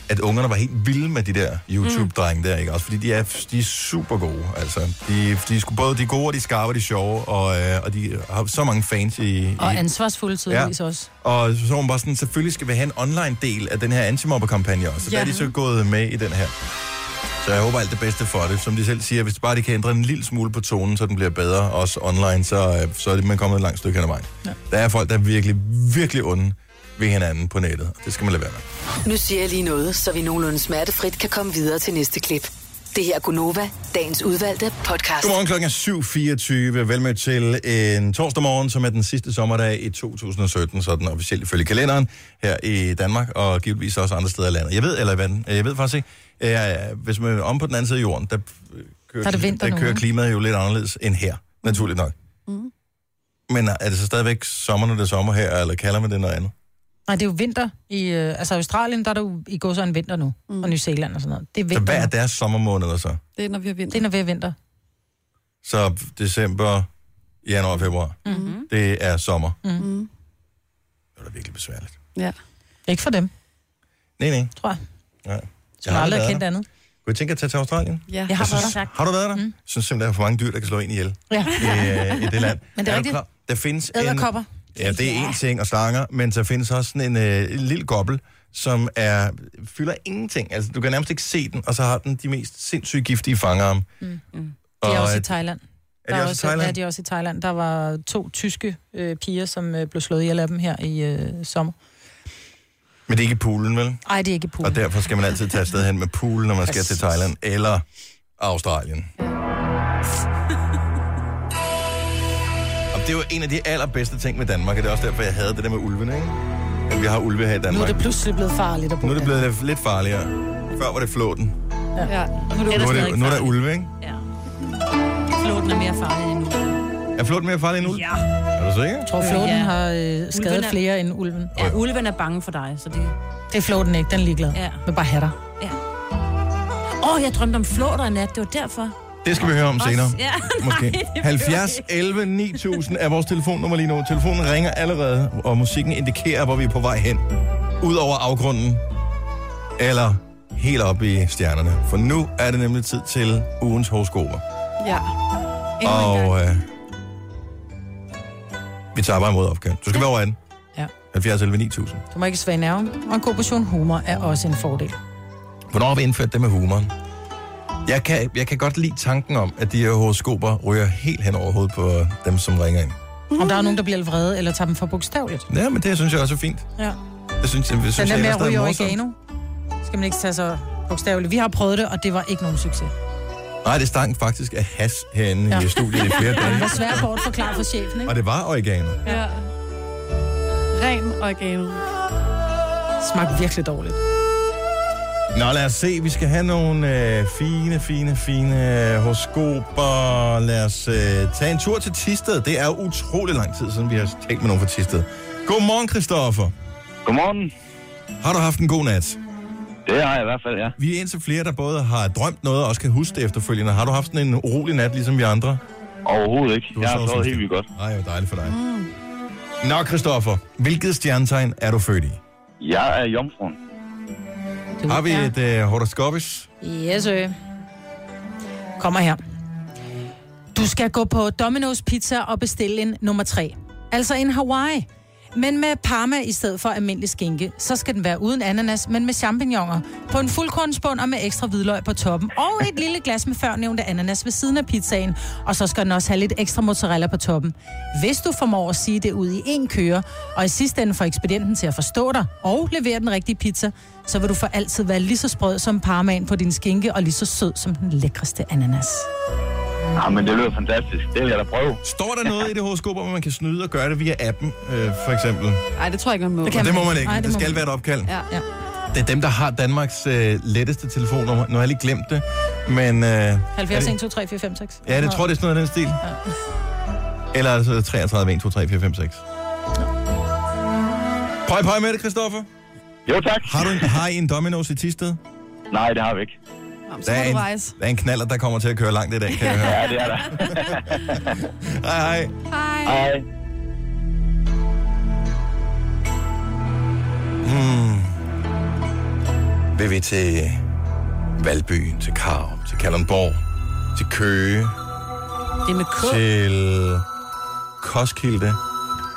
at ungerne var helt vilde med de der YouTube-drenge der, ikke? Også fordi de er, de er super gode, altså. De, de er sgu både de gode, og de skarpe, og de sjove, og, øh, og de har så mange fans i, Og i, ansvarsfulde tydeligvis ja. også. og så var hun bare sådan, selvfølgelig skal vi have en online del af den her antimobberkampagne også. Så ja. der er Ja. de så gået med i den her. Så jeg håber alt det bedste for det. Som de selv siger, hvis bare de kan ændre en lille smule på tonen, så den bliver bedre, også online, så, øh, så er det- man kommet et langt stykke hen ad vejen. Ja. Der er folk, der er virkelig, virkelig onde ved hinanden på nettet. og Det skal man lade være med. Nu siger jeg lige noget, så vi nogenlunde smertefrit kan komme videre til næste klip. Det her er Gunova, dagens udvalgte podcast. Godmorgen klokken er 7.24. Velmødt til en torsdag morgen, som er den sidste sommerdag i 2017, sådan officielt ifølge kalenderen her i Danmark, og givetvis også andre steder i landet. Jeg ved, eller hvad, jeg ved faktisk ikke, øh, hvis man er om på den anden side af jorden, der, øh, kører, Der er det vinter der nu, kører ikke? klimaet jo lidt anderledes end her, naturligt nok. Mhm. Mm. Men er det så stadigvæk sommer, når det er sommer her, eller kalder man det noget andet? Nej, det er jo vinter. I, øh, altså Australien, der er der jo i går så en vinter nu. Mm. Og New Zealand og sådan noget. Det er Så vinter. hvad er nu. deres sommermåneder så? Mhm. Det er, når vi har vinter. Det er, når vi er vinter. Så december, januar, februar, mm-hmm. det er sommer. Mm. Mm-hmm. Det er da virkelig besværligt. Ja. Ikke for dem, Nej, nej. tror jeg. Nej. Jeg har aldrig været kendt der. andet. Kunne I tænke jer at tage til Australien? ja. Jeg har Jeg været synes, der. har du været der? Mm. Jeg synes simpelthen, der er for mange dyr, der kan slå en ihjel Ja. i, øh, i det land. Men det er du rigtigt. klar? Der findes Æderkopper. en... Ja, det er en ting, og slanger, men der findes også sådan en øh, en lille gobbel, som er, fylder ingenting. Altså, du kan nærmest ikke se den, og så har den de mest sindssygt giftige fangarme. Mm. Mm. De er også i Thailand. er de Der også i Thailand? Ja, de er også i Thailand. Der var to tyske øh, piger, som øh, blev slået ihjel af dem her i øh, sommer. Men det er ikke i poolen, vel? Nej, det er ikke i Og poolen. derfor skal man altid tage afsted hen med pool, når man skal til Præcis. Thailand eller Australien. Og det er jo en af de allerbedste ting med Danmark, og det er også derfor, jeg havde det der med ulvene, ikke? At vi har ulve her i Nu er Danmark. det pludselig blevet farligt at bo nu er det der. blevet lidt- lidt fardigere. Før var det flåten. Nu ja. Ellers er, stadig det, nu er der farligt. ulve, ikke? Ja. Flåten er mere farlig end nu. Er flåten mere farlig end ulve? Ja. Er du sikker? Jeg tror, flåten Ja. har øh, skadet Ulven er- flere end ulven. Ja, ulven er bange for dig, så det... Det er flåten ikke, den er ligeglad. Ja. Men bare hatter. Ja. Åh, oh, jeg drømte om flåter i nat, det var derfor. Det skal vi høre om senere. Ja, Måske. 70 11 9000 er vores telefonnummer lige nu. Telefonen ringer allerede, og musikken indikerer, hvor vi er på vej hen. Ud over afgrunden. Eller helt op i stjernerne. For nu er det nemlig tid til ugens horoskoper. ja. Endnu en gang. Og øh, vi tager bare imod opgaven. Du skal være over 18. Ja. 70 11 9000. Du må ikke svage nerven. Og en god portion humor er også en fordel. Hvornår har vi indført det med humoren? Jeg kan, jeg kan godt lide tanken om, at de her horoskoper ryger helt hen over hovedet på dem, som ringer ind. Om der er nogen, der bliver vrede eller tager dem for bogstaveligt. Ja, men det synes jeg også er fint. Ja. Det synes jeg, det synes Den der jeg med ellers, at ryge er morsomt. oregano, skal man ikke tage så bogstaveligt. Vi har prøvet det, og det var ikke nogen succes. Nej, det stank faktisk af has herinde ja. i Ja. studiet i flere Det dage. var svært at bortforklare for chefen, ikke? Og det var oregano. Ja. Ren oregano. smagte virkelig dårligt. Nå, lad os se. Vi skal have nogle øh, fine, fine, fine øh, horoskoper. Lad os øh, tage en tur til Tisted. Det er jo utrolig lang tid siden, vi har talt med nogen fra Tisted. Godmorgen, Christoffer. Godmorgen. Har du haft en god nat? Det har jeg i hvert fald, ja. Vi er indtil flere, der både har drømt noget og også kan huske det efterfølgende. Har du haft sådan en urolig nat, ligesom vi andre? Overhovedet ikke. Du Jeg har sovet sådan sovet helt vildt godt. Ej, hvor dejligt for dig. Mm. Nå, Christoffer. Hvilket stjernetegn er du født i? Jeg er jomfruen. Du Har vi er- et øh, horoskopis? Yes, ø. Kommer her. Du skal gå på Domino's Pizza og bestille en nummer 3. Altså en Hawaii. Men med parma i stedet for almindelig skinke. Så skal den være uden ananas, men med champignoner. På en fuldkornsbund og med ekstra hvidløg på toppen. Og et lille glas med førnævnte ananas ved siden af pizzaen. Og så skal den også have lidt ekstra mozzarella på toppen. Hvis du formår at sige det ud i en køre, og i sidste ende får ekspedienten til at forstå dig og levere den rigtige pizza, så vil du for altid være lige så sprød som parmaen på din skinke, og lige så sød som den lækreste ananas. Ja, Ah, men det lyder fantastisk. Det vil jeg da prøve. Står der noget i det horoskop, hvor man kan snyde og gøre det via appen, øh, for eksempel? Nej, det tror jeg ikke, man må. Og det må man ikke. Nej, det det, det må skal man være et opkald. Ja. Ja. Ja. Det er dem, der har Danmarks øh, letteste telefonnummer. Nu har jeg lige glemt det, men... Øh, er 70, det- 1, 2, 3, 4, 5, 6. Ja, det tror jeg, det er sådan noget af den stil. Eller altså 33, 1, 2, 3, 4, 5, 6. Pøj, pøj med det, Christoffer. Jo, tak. Har, du en, har I en Domino's i Tisted? Nej, det har vi ikke. Jamen, så Der må er, du en, rejse. der er en knaller, der kommer til at køre langt i dag, kan jeg høre. Ja, det er der. Hej, hej. Hej. Hmm. Vil vi til Valby, til Karup, til Kalundborg, til Køge, Det er med K. til Koskilde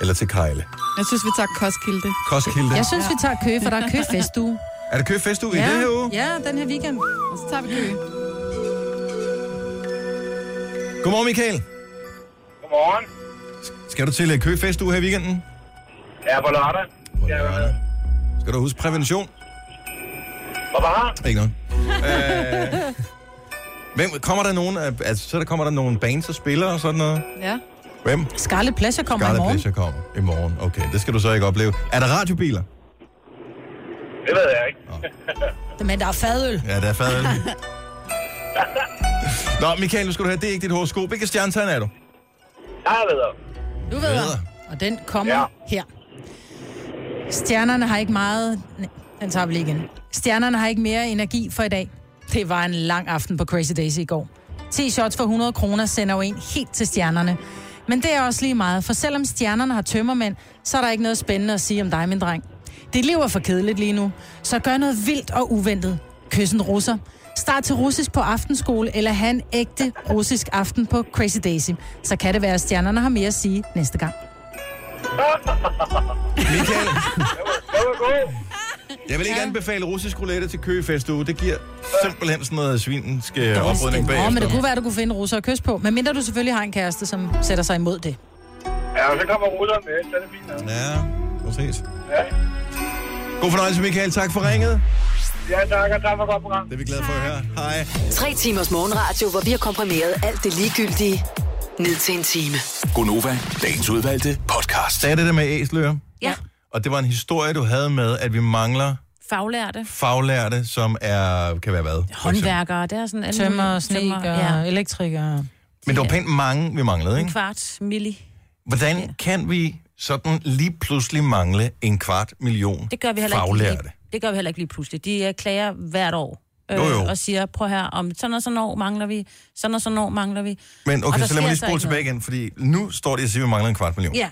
eller til Kejle. Jeg synes, vi tager Koskilde. Koskilde. Jeg synes, vi tager kø, for der er køfestuge. Er det køfestuge i det her uge? ja, den her weekend. Og så tager vi Køge. Godmorgen, Michael. Godmorgen. Skal du til øh, Køge Festuge her i weekenden? Jeg er på lørdag. På lørdag. Skal du huske prævention? Hvor var Ikke noget. Øh, hvem, kommer der nogen, øh, altså, så der kommer der nogle bands og spillere og sådan noget? Ja. Hvem? Scarlet Pleasure kommer i Scarlet morgen. Pleasure kommer i morgen. Okay, det skal du så ikke opleve. Er der radiobiler? Det ved jeg ikke. Men der er fadøl. Ja, der er fadøl. Nå, Michael, nu skal du have, det er ikke dit horoskop. Hvilke stjernetegn er du? Jeg ved det. Du ved Bedre. jeg. Og den kommer Ja. ja. her. Stjernerne har ikke meget... Nej, Den tager vi lige igen. Stjernerne har ikke mere energi for i dag. Det var en lang aften på Crazy Daisy i går. 10 shots for 100 kroner sender jo en helt til stjernerne. Men det er også lige meget, for selvom stjernerne har tømmermænd, så er der ikke noget spændende at sige om dig, min dreng. Dit liv er for kedeligt lige nu, så gør noget vildt og uventet. Kys en russer. Start til russisk på aftenskole, eller have en ægte russisk aften på Crazy Daisy. Så kan det være, at stjernerne har mere at sige næste gang. Michael, Det var god. jeg vil ikke anbefale russisk roulette til køgefestuge. Det giver simpelthen sådan noget svinsk øh, oprydning Åh, bagefter. oh, men det kunne være, at du kunne finde russer at kysse på. Men mindre du selvfølgelig har en kæreste, som sætter sig imod det. Ja, og så kommer rulleren med. Så er det fint. nok. Ja, præcis. Ja. God fornøjelse, Michael. Tak for ringet. Ja, tak. Og tak for godt program. Det er vi glade for at høre. Hej. Tre timers morgenradio, hvor vi har komprimeret alt det ligegyldige ned til en time. Gonova, dagens udvalgte podcast. Sagde det der med æsler, Ja. og det var en historie, du havde med, at vi mangler Faglærte. faglærte, som er, kan være hvad? for eksempel? Håndværkere, det er sådan... alle Tømmer, mulige- sneker, ja. ja. elektriker. Men det var pænt mange, vi manglede, En ikke? kvart milli. Hvordan kan vi sådan lige pludselig mangle en kvart million Det gør vi heller ikke faglærte? lige, Det gør vi heller ikke lige pludselig. De øh, klager hvert år. Øh, Jo, jo. Og siger, prøv her, om sådan og sådan år mangler vi, sådan og sådan år mangler vi. Men Og okay, der så lad mig sker lige så spole ikke tilbage igen, fordi nu står det at sige, at vi mangler en kvart million. Ja.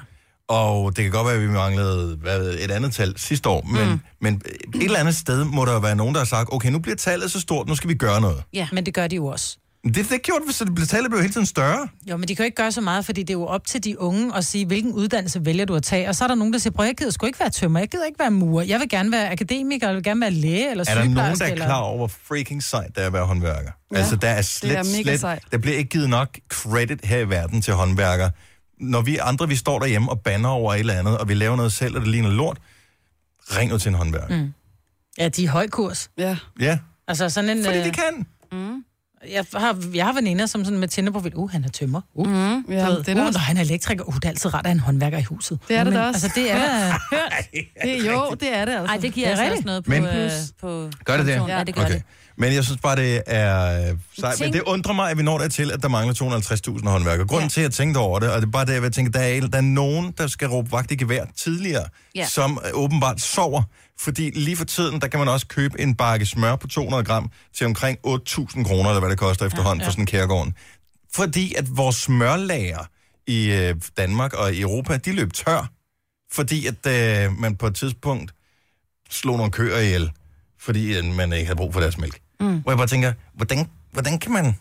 Og det kan godt være, at vi manglede hvad, ved jeg, et andet tal sidste år, men, mm. men et eller andet sted må der være nogen, der har sagt, okay, nu bliver tallet så stort, nu skal vi gøre noget. Ja. Men det gør de jo også. Men Det, det gjorde, så det blev, tallet blev hele tiden større. Jo, men de kan jo ikke gøre så meget, fordi det er jo op til de unge at sige, hvilken uddannelse vælger du at tage. Og så er der nogen, der siger, prøv, jeg gider sgu ikke være tømmer, jeg gider ikke være murer, jeg vil gerne være akademiker, jeg vil gerne være læge eller Er der nogen, der sygeplejerske. er klar over, hvor freaking sejt det er at være håndværker? Ja, altså, der er slet, er mega slet, sejt. der bliver ikke givet nok credit her i verden til håndværker. Når vi andre, vi står derhjemme og banner over et eller andet, og vi laver noget selv, og det ligner lort, ring nu til en håndværker. Mm. Ja, de er i høj kurs. Ja. Ja, Altså sådan en... fordi øh, de kan. jeg, har, jeg har veninder, som sådan med Tinder-profil, uh, han er tømmer, uh, mm. ja det, er da uh, også, når han er elektriker, uh, det er altid rart, at han er håndværker i huset. det er det Men, da også. Altså, det er... det, jo, det er det altså. Ej, det giver Det altså er rigtigt. også noget på... Men- øh, på Gør det det? pension. Ja, det gør okay. okay. det. Men jeg synes bare, det er øh, sejt. Men Tænk- det undrer mig, at vi når dertil, at der mangler 250.000 håndværkere. Grunden ja. til, at jeg tænkte over det, og det er bare det, at jeg tænker, der er, der er nogen, der skal råbe vagt i gevær tidligere, ja. Ja. som øh, åbenbart sover. Fordi lige for tiden, der kan man også købe en bakke smør på 200 gram til omkring 8.000 kroner, eller hvad det koster efterhånden ja, ja. for sådan en kærgården. Fordi at vores smørlager i øh, Danmark og i Europa, de løb tør. Fordi at øh, man på et tidspunkt slog nogle køer ihjel, fordi øh, man ikke havde brug for deres mælk. Mm. Hvor jeg bare tænker, hvordan, hvordan kan man...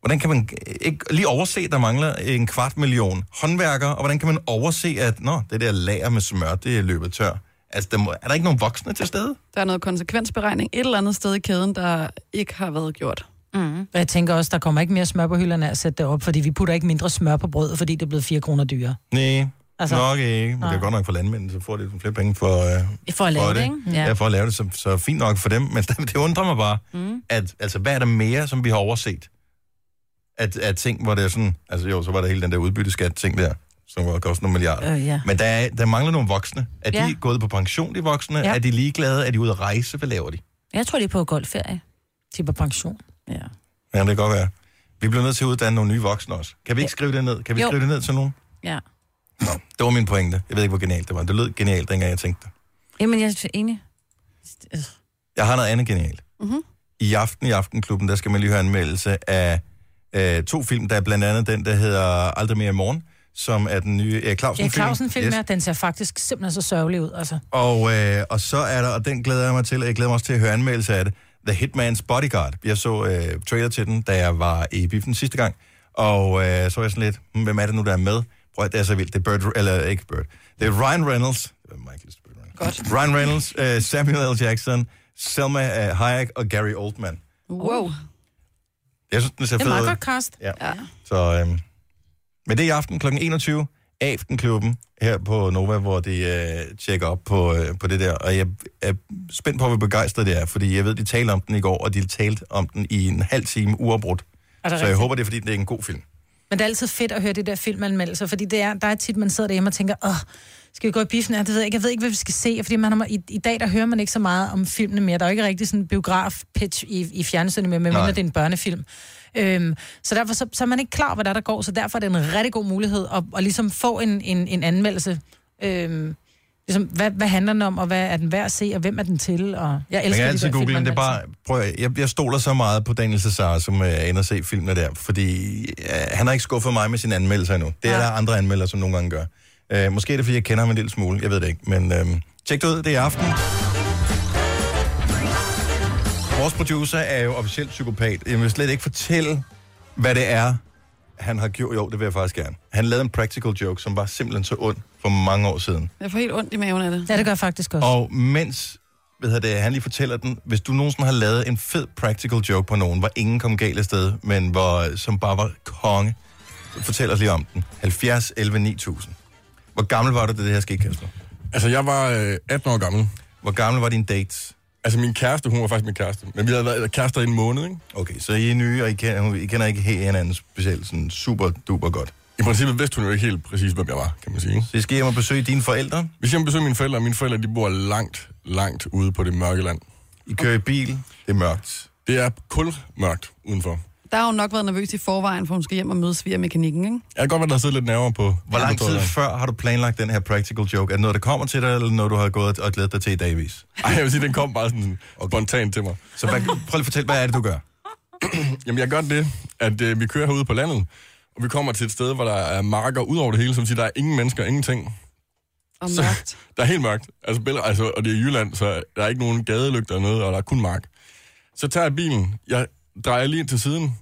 Hvordan kan man ikke lige overse, at der mangler en kvart million håndværkere, og hvordan kan man overse, at nå, det der lager med smør, det er løbet tør? Altså, der må, er der ikke nogen voksne til stede? Der er noget konsekvensberegning et eller andet sted i kæden, der ikke har været gjort. Og jeg tænker også, der kommer ikke mere smør på hylderne af at sætte det op, fordi vi putter ikke mindre smør på brødet, fordi det er blevet 4 kroner dyrere. Nej, altså, Altså- nok ikke. Men det er godt nok for landmændene, så får de lidt flere penge for, øh, For at lave for det, det. ikke? Ja. ja, for at lave det, så, så fint nok for dem. Men det undrer mig bare, mm. at altså, hvad er der mere, som vi har overset? At, at ting, hvor det er sådan... Altså jo, så var der hele den der udbytteskat-ting der, som var kostet nogle milliarder. Øh, ja. Men der, er, der mangler nogle voksne. Er de Ja. gået på pension, de voksne? Ja. Ja. Er de ligeglade? Er de ude at rejse? Hvad laver de? Jeg tror, det er på golfferie. De er på pension. Ja. Ja, det kan godt være. Vi bliver nødt til at uddanne nogle nye voksne også. Kan vi ikke skrive det ned? Kan vi jo. Jo. skrive det ned til nogen? ja. Nå, det var min pointe. Jeg ved ikke, hvor genialt det var. Det lød genialt, dengang jeg tænkte det. Jamen, jeg er enig. Øh. Jeg har noget andet genialt. Mm-hmm. I aften i Aftenklubben, der skal man lige høre en anmeldelse af øh, to film. Der er blandt andet den, der hedder Aldrig mere i morgen, som er den nye Erik Clausen-film. Ja, Clausen-film Yes. yes. den ser faktisk simpelthen så sørgelig ud, altså. Og, øh, og så er der, og den glæder jeg mig til, og jeg glæder mig også til at høre anmeldelse af det, The Hitman's Bodyguard. Jeg så øh, trailer til den, da jeg var i biffen sidste gang, og øh, så var jeg sådan lidt, hmm, hvem er det nu, der er med? Prøv at det er så vildt. Det er Bird, eller ikke Bird. Det er Ryan Reynolds. Det var Michael Bird Reynolds. Godt. Ryan Reynolds, øh, Samuel L. Jackson, Selma øh, Hayek og Gary Oldman. Wow. Jeg synes, den ser Det er fed meget ud. godt kast. Ja. Så, øhm, men det er i aften kl. 21. Aftenklubben her på Nova, hvor de øh, tjekker op på, øh, på det der. Og jeg er spændt på, hvor begejstret det er, fordi jeg ved, de talte om den i går, og de talte om den i en halv time uafbrudt. Er det Så jeg rigtigt? håber, det er, fordi det er en god film. Men det er altid fedt at høre det der filmanmeldelser, fordi det er, der er tit, man sidder derhjemme og tænker, åh, skal vi gå i biffen? Ja, det ved jeg ikke. Jeg ved ikke, hvad vi skal se, fordi man har, i, i, dag der hører man ikke så meget om filmene mere. Der er jo ikke rigtig sådan en biograf-pitch i, i fjernsynet mere, medmindre Nej. det er en børnefilm. Øhm, så derfor så, så er man ikke klar, over, hvad der, er, der går, så derfor er det en rigtig god mulighed at, at ligesom få en, en, en anmeldelse. Øhm, ligesom, hvad, hvad handler den om, og hvad er den værd at se, og hvem er den til? Og jeg Man elsker kan de altid der google den. Det er bare, filmanmeldelser. prøv, at- jeg, jeg stoler så meget på Daniel Cesar, som øh, er inde og se filmene der, fordi øh, han har ikke skuffet mig med sine anmeldelser endnu. Det er der andre anmeldere, som nogle gange gør. Øh, måske er det, fordi jeg kender ham en lille smule. Jeg ved det ikke, men øh, tjek det ud. Det er i aften. Vores producer er jo officielt psykopat. Jeg vil slet ikke fortælle, hvad det er, han har gjort. Jo, det vil jeg faktisk gerne. Han lavede en practical joke, som var simpelthen så ond for mange år siden. Jeg får helt ondt i maven af det. Ja, det gør jeg faktisk også. Og mens ved jeg det, han lige fortæller den, hvis du nogensinde har lavet en fed practical joke på nogen, hvor ingen kom galt af sted, men hvor, som bare var konge, så fortæl os lige om den. 70 11 9000. Hvor gammel var du, da det her skete, Kasper? Altså, jeg var øh, 18 år gammel. Hvor gammel var din date? Altså, min kæreste, hun var faktisk min kæreste. Men vi havde været kærester i en måned, ikke? Okay, så I er nye, og I kender, I kender ikke helt hinanden specielt sådan super duper godt. I princippet vidste hun jo ikke helt præcis, hvem jeg var, kan man sige. ikke? Så I skal hjem og besøge dine forældre. Vi skal hjem og besøge mine forældre, og mine forældre, de bor langt, langt ude på det mørke land. I kører i bil. Det er mørkt. Det er kulmørkt udenfor. Der har hun nok været nervøs i forvejen, for hun skal hjem og mødes via mekanikken, ikke? Jeg kan godt være, der har siddet lidt nærmere på... Hvor lang tid før har du planlagt den her practical joke? Er det noget, der kommer til dig, eller noget, du har gået og glædet dig til i dagvis? Ej, jeg vil sige, den kom bare sådan spontant til mig. Så hvad, prøv lige at fortælle, hvad er det, du gør? Jamen, jeg gør det, at øh, vi kører herude på landet, og vi kommer til et sted, hvor der er marker ud over det hele, som siger, der er ingen mennesker, ingenting. Og mørkt. Der er helt mørkt. Altså, billeder, altså, og det er i Jylland, så der er ikke nogen gadelygter eller noget, og der er kun mark. Så tager jeg bilen, jeg drejer lige ind til siden,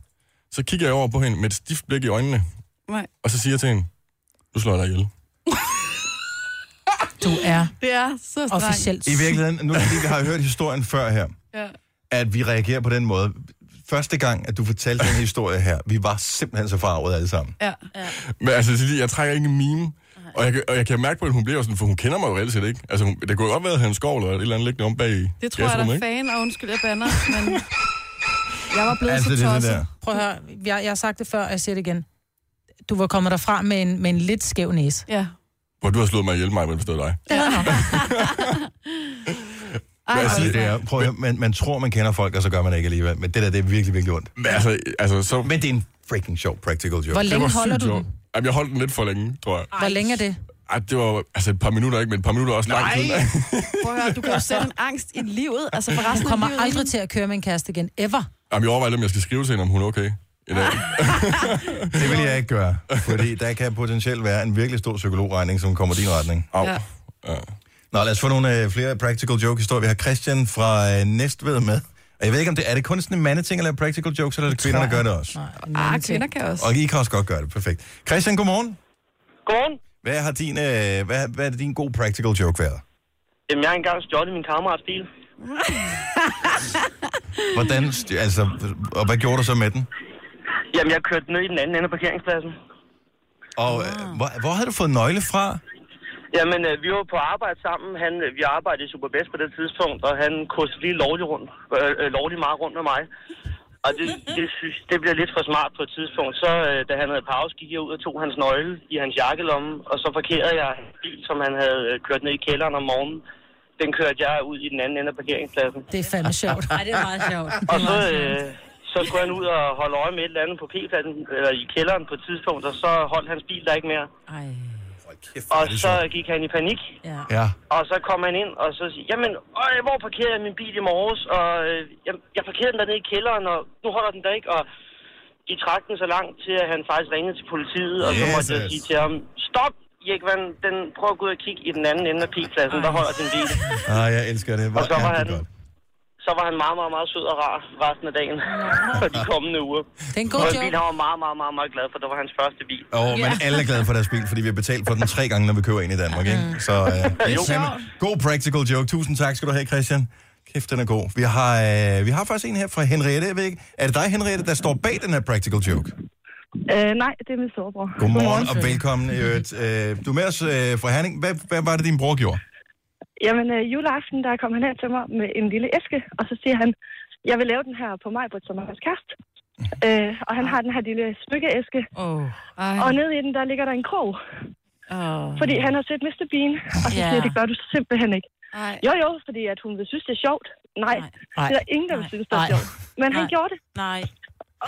så kigger jeg over på hende med et stift blik i øjnene, Nej. og så siger jeg til hende, nu slår jeg dig ihjel. Du er Det er så strengt. officielt I virkeligheden, nu fordi vi har hørt historien før her, Ja. at vi reagerer på den måde. Første gang, at du fortalte den historie her, vi var simpelthen så farvet alle sammen. Ja. Men altså, Cecilie, jeg trækker ikke en mime. Og jeg, kan- og jeg kan mærke på, at hun bliver sådan, for hun kender mig jo reelt set ikke. Altså, hun, det kunne jo godt være, at han en skovl eller et eller andet liggende om bag i Det tror jeg, der er gasrummet, fan, og undskyld, jeg bander, men jeg var blevet Altså, det så er det tosset. der. Prøv at høre, jeg, jeg har sagt det før, og jeg siger det igen. Du var kommet derfra med en, med en lidt skæv næse. Ja. Hvor du har slået mig ihjel, mig, men forstået dig. Ja. Ej, Hvad Altså, siger hvor det er, prøv at, høre, man, man tror, man kender folk, og så gør man ikke alligevel. Men det der, det er virkelig, virkelig ondt. Men altså, altså så... Men det er en freaking sjov practical Hvor joke. det var længe holder sygt du sjovt. den? Jamen, jeg holdt den lidt for længe, tror jeg. Hvor længe er det? Ej, det var altså et par minutter, ikke? Men et par minutter er også lang tid. Prøv at høre, du kan jo sætte en angst i livet, altså for resten Du af kommer livet. aldrig til at køre med en kæreste igen, ever. Jamen, jeg overvejer, om jeg skal skrive til hende, om hun er okay i dag. Det vil jeg ikke gøre, fordi der kan potentielt være en virkelig stor psykologregning, som kommer din retning. Au. Ja. Ja. Ja. Nå, lad os få nogle øh, flere practical joke-historier. Vi har Christian fra øh, Næstved med. Og jeg ved ikke, om det er det kun sådan en mandeting at lave practical jokes, eller er det kvinderne, der gør det også? Ah, kvinder kan også. Og I kan også godt gøre det, perfekt. Christian, godmorgen. Godmorgen. Hvad har din, øh, hvad, hvad er din god practical joke været? Jamen, jeg har engang stjålet min kammerats bil. Hvordan, st- altså, og hvad gjorde du så med den? Jamen, jeg kørte ned i den anden ende af parkeringspladsen. Og Ah. øh, hvor, hvor havde du fået nøgle fra? Jamen, øh, vi var på arbejde sammen. Han, øh, vi arbejdede i Superbest på det tidspunkt, og han kostede lige lovlig, rundt, øh, øh, lovlig meget rundt med mig. Og det, det, synes, det bliver lidt for smart på et tidspunkt. Så øh, da han havde pause, gik jeg ud og tog hans nøgle i hans jakkelomme, og så parkerede jeg hans bil, som han havde øh, kørt ned i kælderen om morgenen. Den kørte jeg ud i den anden ende af parkeringspladsen. Det er fandme sjovt. Ej, det er meget sjovt. Og så, øh, så skulle han ud og holde øje med et eller andet på P-pladsen, eller i kælderen på et tidspunkt, og så holdt hans bil der ikke mere. Ej, Og så gik han i panik, ja. Ja. og så kom han ind, og så siger, jamen, øj, hvor parkerede jeg min bil i morges? Og øh, jeg, jeg parkerede den dernede i kælderen, og nu holder den der ikke, og de trak den så langt til, at han faktisk ringede til politiet, og så måtte jeg Jesus. sige til ham, stop, Jekvan, den prøv at gå ud og kigge i den anden ende af P-pladsen, der holder din bil. Ah, jeg elsker det. Hvor Og så var er det han- godt. Så var han meget, meget, meget sød og rar resten af dagen, for de kommende uger. Det er en Og god en bil, joke. han var meget, meget, meget, meget glad for. Det var hans første bil. Og men alle er glade for deres bil, fordi vi har betalt for den tre gange, når vi køber en i Danmark, ikke? Så øh, det er fandme- god practical joke. Tusind tak skal du have, Christian. Kæft, den er god. Vi har, øh, vi har faktisk en her fra Henriette. Jeg ved ikke, er det dig, Henriette, der står bag den her practical joke? Øh, nej, det er min storebror. Godmorgen og velkommen. i øvrigt. Øh, du er med os øh, fra Herning. Hvad, hvad var det, din bror gjorde? Jamen, øh, juleaften, der kom han hen til mig med en lille æske, og så siger han, jeg vil lave den her på mig, som er hans kæreste. Øh, og han har den her lille smykkeæske, Åh, Ej. og nede i den, der ligger der en krog, åh. fordi han har set Mr. Bean, og så Ja. siger jeg, det gør du simpelthen ikke. Ej. Jo, jo, fordi at hun vil synes, det er sjovt. Nej, Nej. nej det er der ingen, der vil Nej. synes, det er Nej. sjovt. Men han Nej. gjorde det. Nej.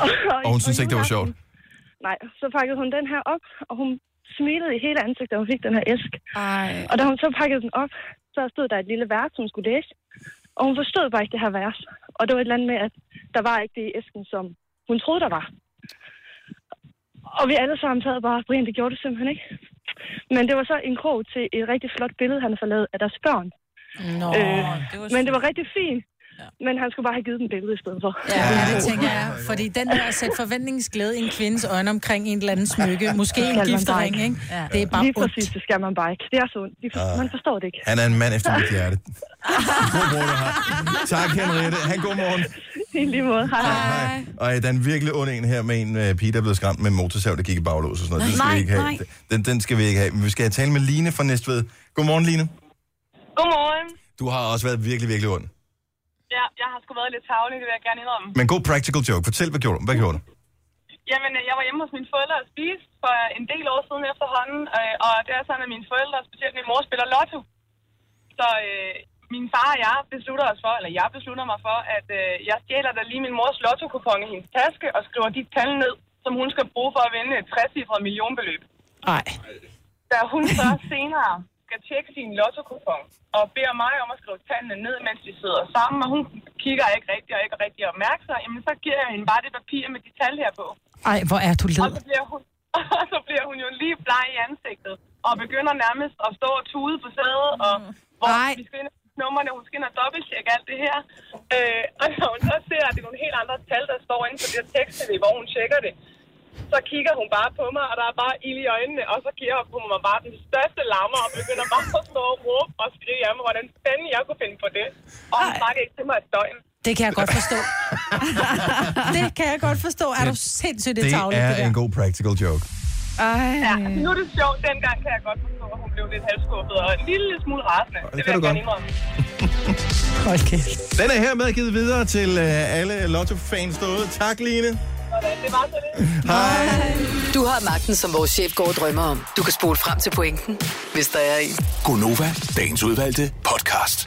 Og, Og hun synes ikke, det var juleaften- sjovt. Nej, så pakkede hun den her op, og hun smilede i hele ansigtet, og hun fik den her æske. Ej. Og da hun så pakkede den op, så stod der et lille vers, hun skulle læse. Og hun forstod bare ikke det her vers. Og det var et eller andet med, at der var ikke det i æsken, som hun troede, der var. Og vi alle sammen sad bare, Brian, det gjorde du simpelthen ikke. Men det var så en krog til et rigtig flot billede, han har fået lavet af deres børn. Nå, Øh, det var Men sødt. det var rigtig fint. Men han skulle bare have givet dem billedet i stedet for. Ja, det tænker jeg. Fordi den der at sætte forventningsglæde i en kvindes øjne omkring en eller anden smykke, måske en Kalder man giftering, dig. ikke? Ja. Det er bare Lige præcis, ondt. det skal man bare ikke. Det er så ondt. De Ah. for- Man forstår det ikke. Han er en mand efter mit hjerte. God bror, du har. Tak, Henriette. Han god morgen. I lige måde. Hej. hej. Hej. Og øh, der er en virkelig ond en her med en øh, pige, der er blevet skræmt med en motorsav, der gik i baglås og sådan noget. Den skal Nej, vi ikke have. nej. Den, den skal vi ikke have. Men vi skal have tale med Line fra Næstved. Godmorgen, Line. Godmorgen. Du har også været virkelig, virkelig ond. Ja, jeg har sgu været lidt tavlig, det vil jeg gerne indrømme. Men god practical joke. Fortæl, hvad gjorde du? Hvad gjorde du? Jamen, øh, jeg var hjemme hos mine forældre og spiste for en del år siden efterhånden, øh, og det er sådan, at mine forældre, specielt min mor, spiller lotto. Så øh, min far og jeg beslutter os for, eller jeg beslutter mig for, at øh, jeg stjæler da lige min mors lotto i hendes taske og skriver de tal ned, som hun skal bruge for at vinde et 60 millionbeløb. Nej. Da hun så senere skal tjekke sin lotto og beder mig om at skrive tallene ned, mens vi sidder sammen, og hun kigger ikke rigtig og ikke er rigtig opmærksom, jamen så giver jeg hende bare det papir med de tal her på. Ej, hvor er du Og led. så bliver hun, og så bliver hun jo lige bleg i ansigtet, og begynder nærmest at stå og tude på sædet, og Mm. hvor Ej. vi skal ind og kigge nummerne, hun skal ind og dobbelttjekke alt det her. Øh, og når hun så ser, at det er nogle helt andre tal, der står inde på det her tekst, hvor hun tjekker det, så kigger hun bare på mig, og der er bare ild i øjnene, og så giver hun mig bare den største lammer, og begynder bare at stå og råbe og skrige af mig, hvordan fanden jeg kunne finde på det. Og hun snakker ikke til mig et døgn. Det kan jeg godt forstå. det kan jeg godt forstå. Er du sindssygt det, Det tavle, det er der? en god practical joke. Ja, Ej. altså, nu er det sjovt. Dengang kan jeg godt forstå, at hun blev lidt halvskuffet og en lille smule rasende. Det, kan vil du jeg godt. gerne indrømme. Hold kæft. Den er hermed givet videre til øh, alle Lotto-fans derude. Tak, Line. Sådan, det var så lidt. Hej. Du har magten, som vores chef går og drømmer om. Du kan spole frem til pointen, hvis der er en. Gonova, dagens udvalgte podcast.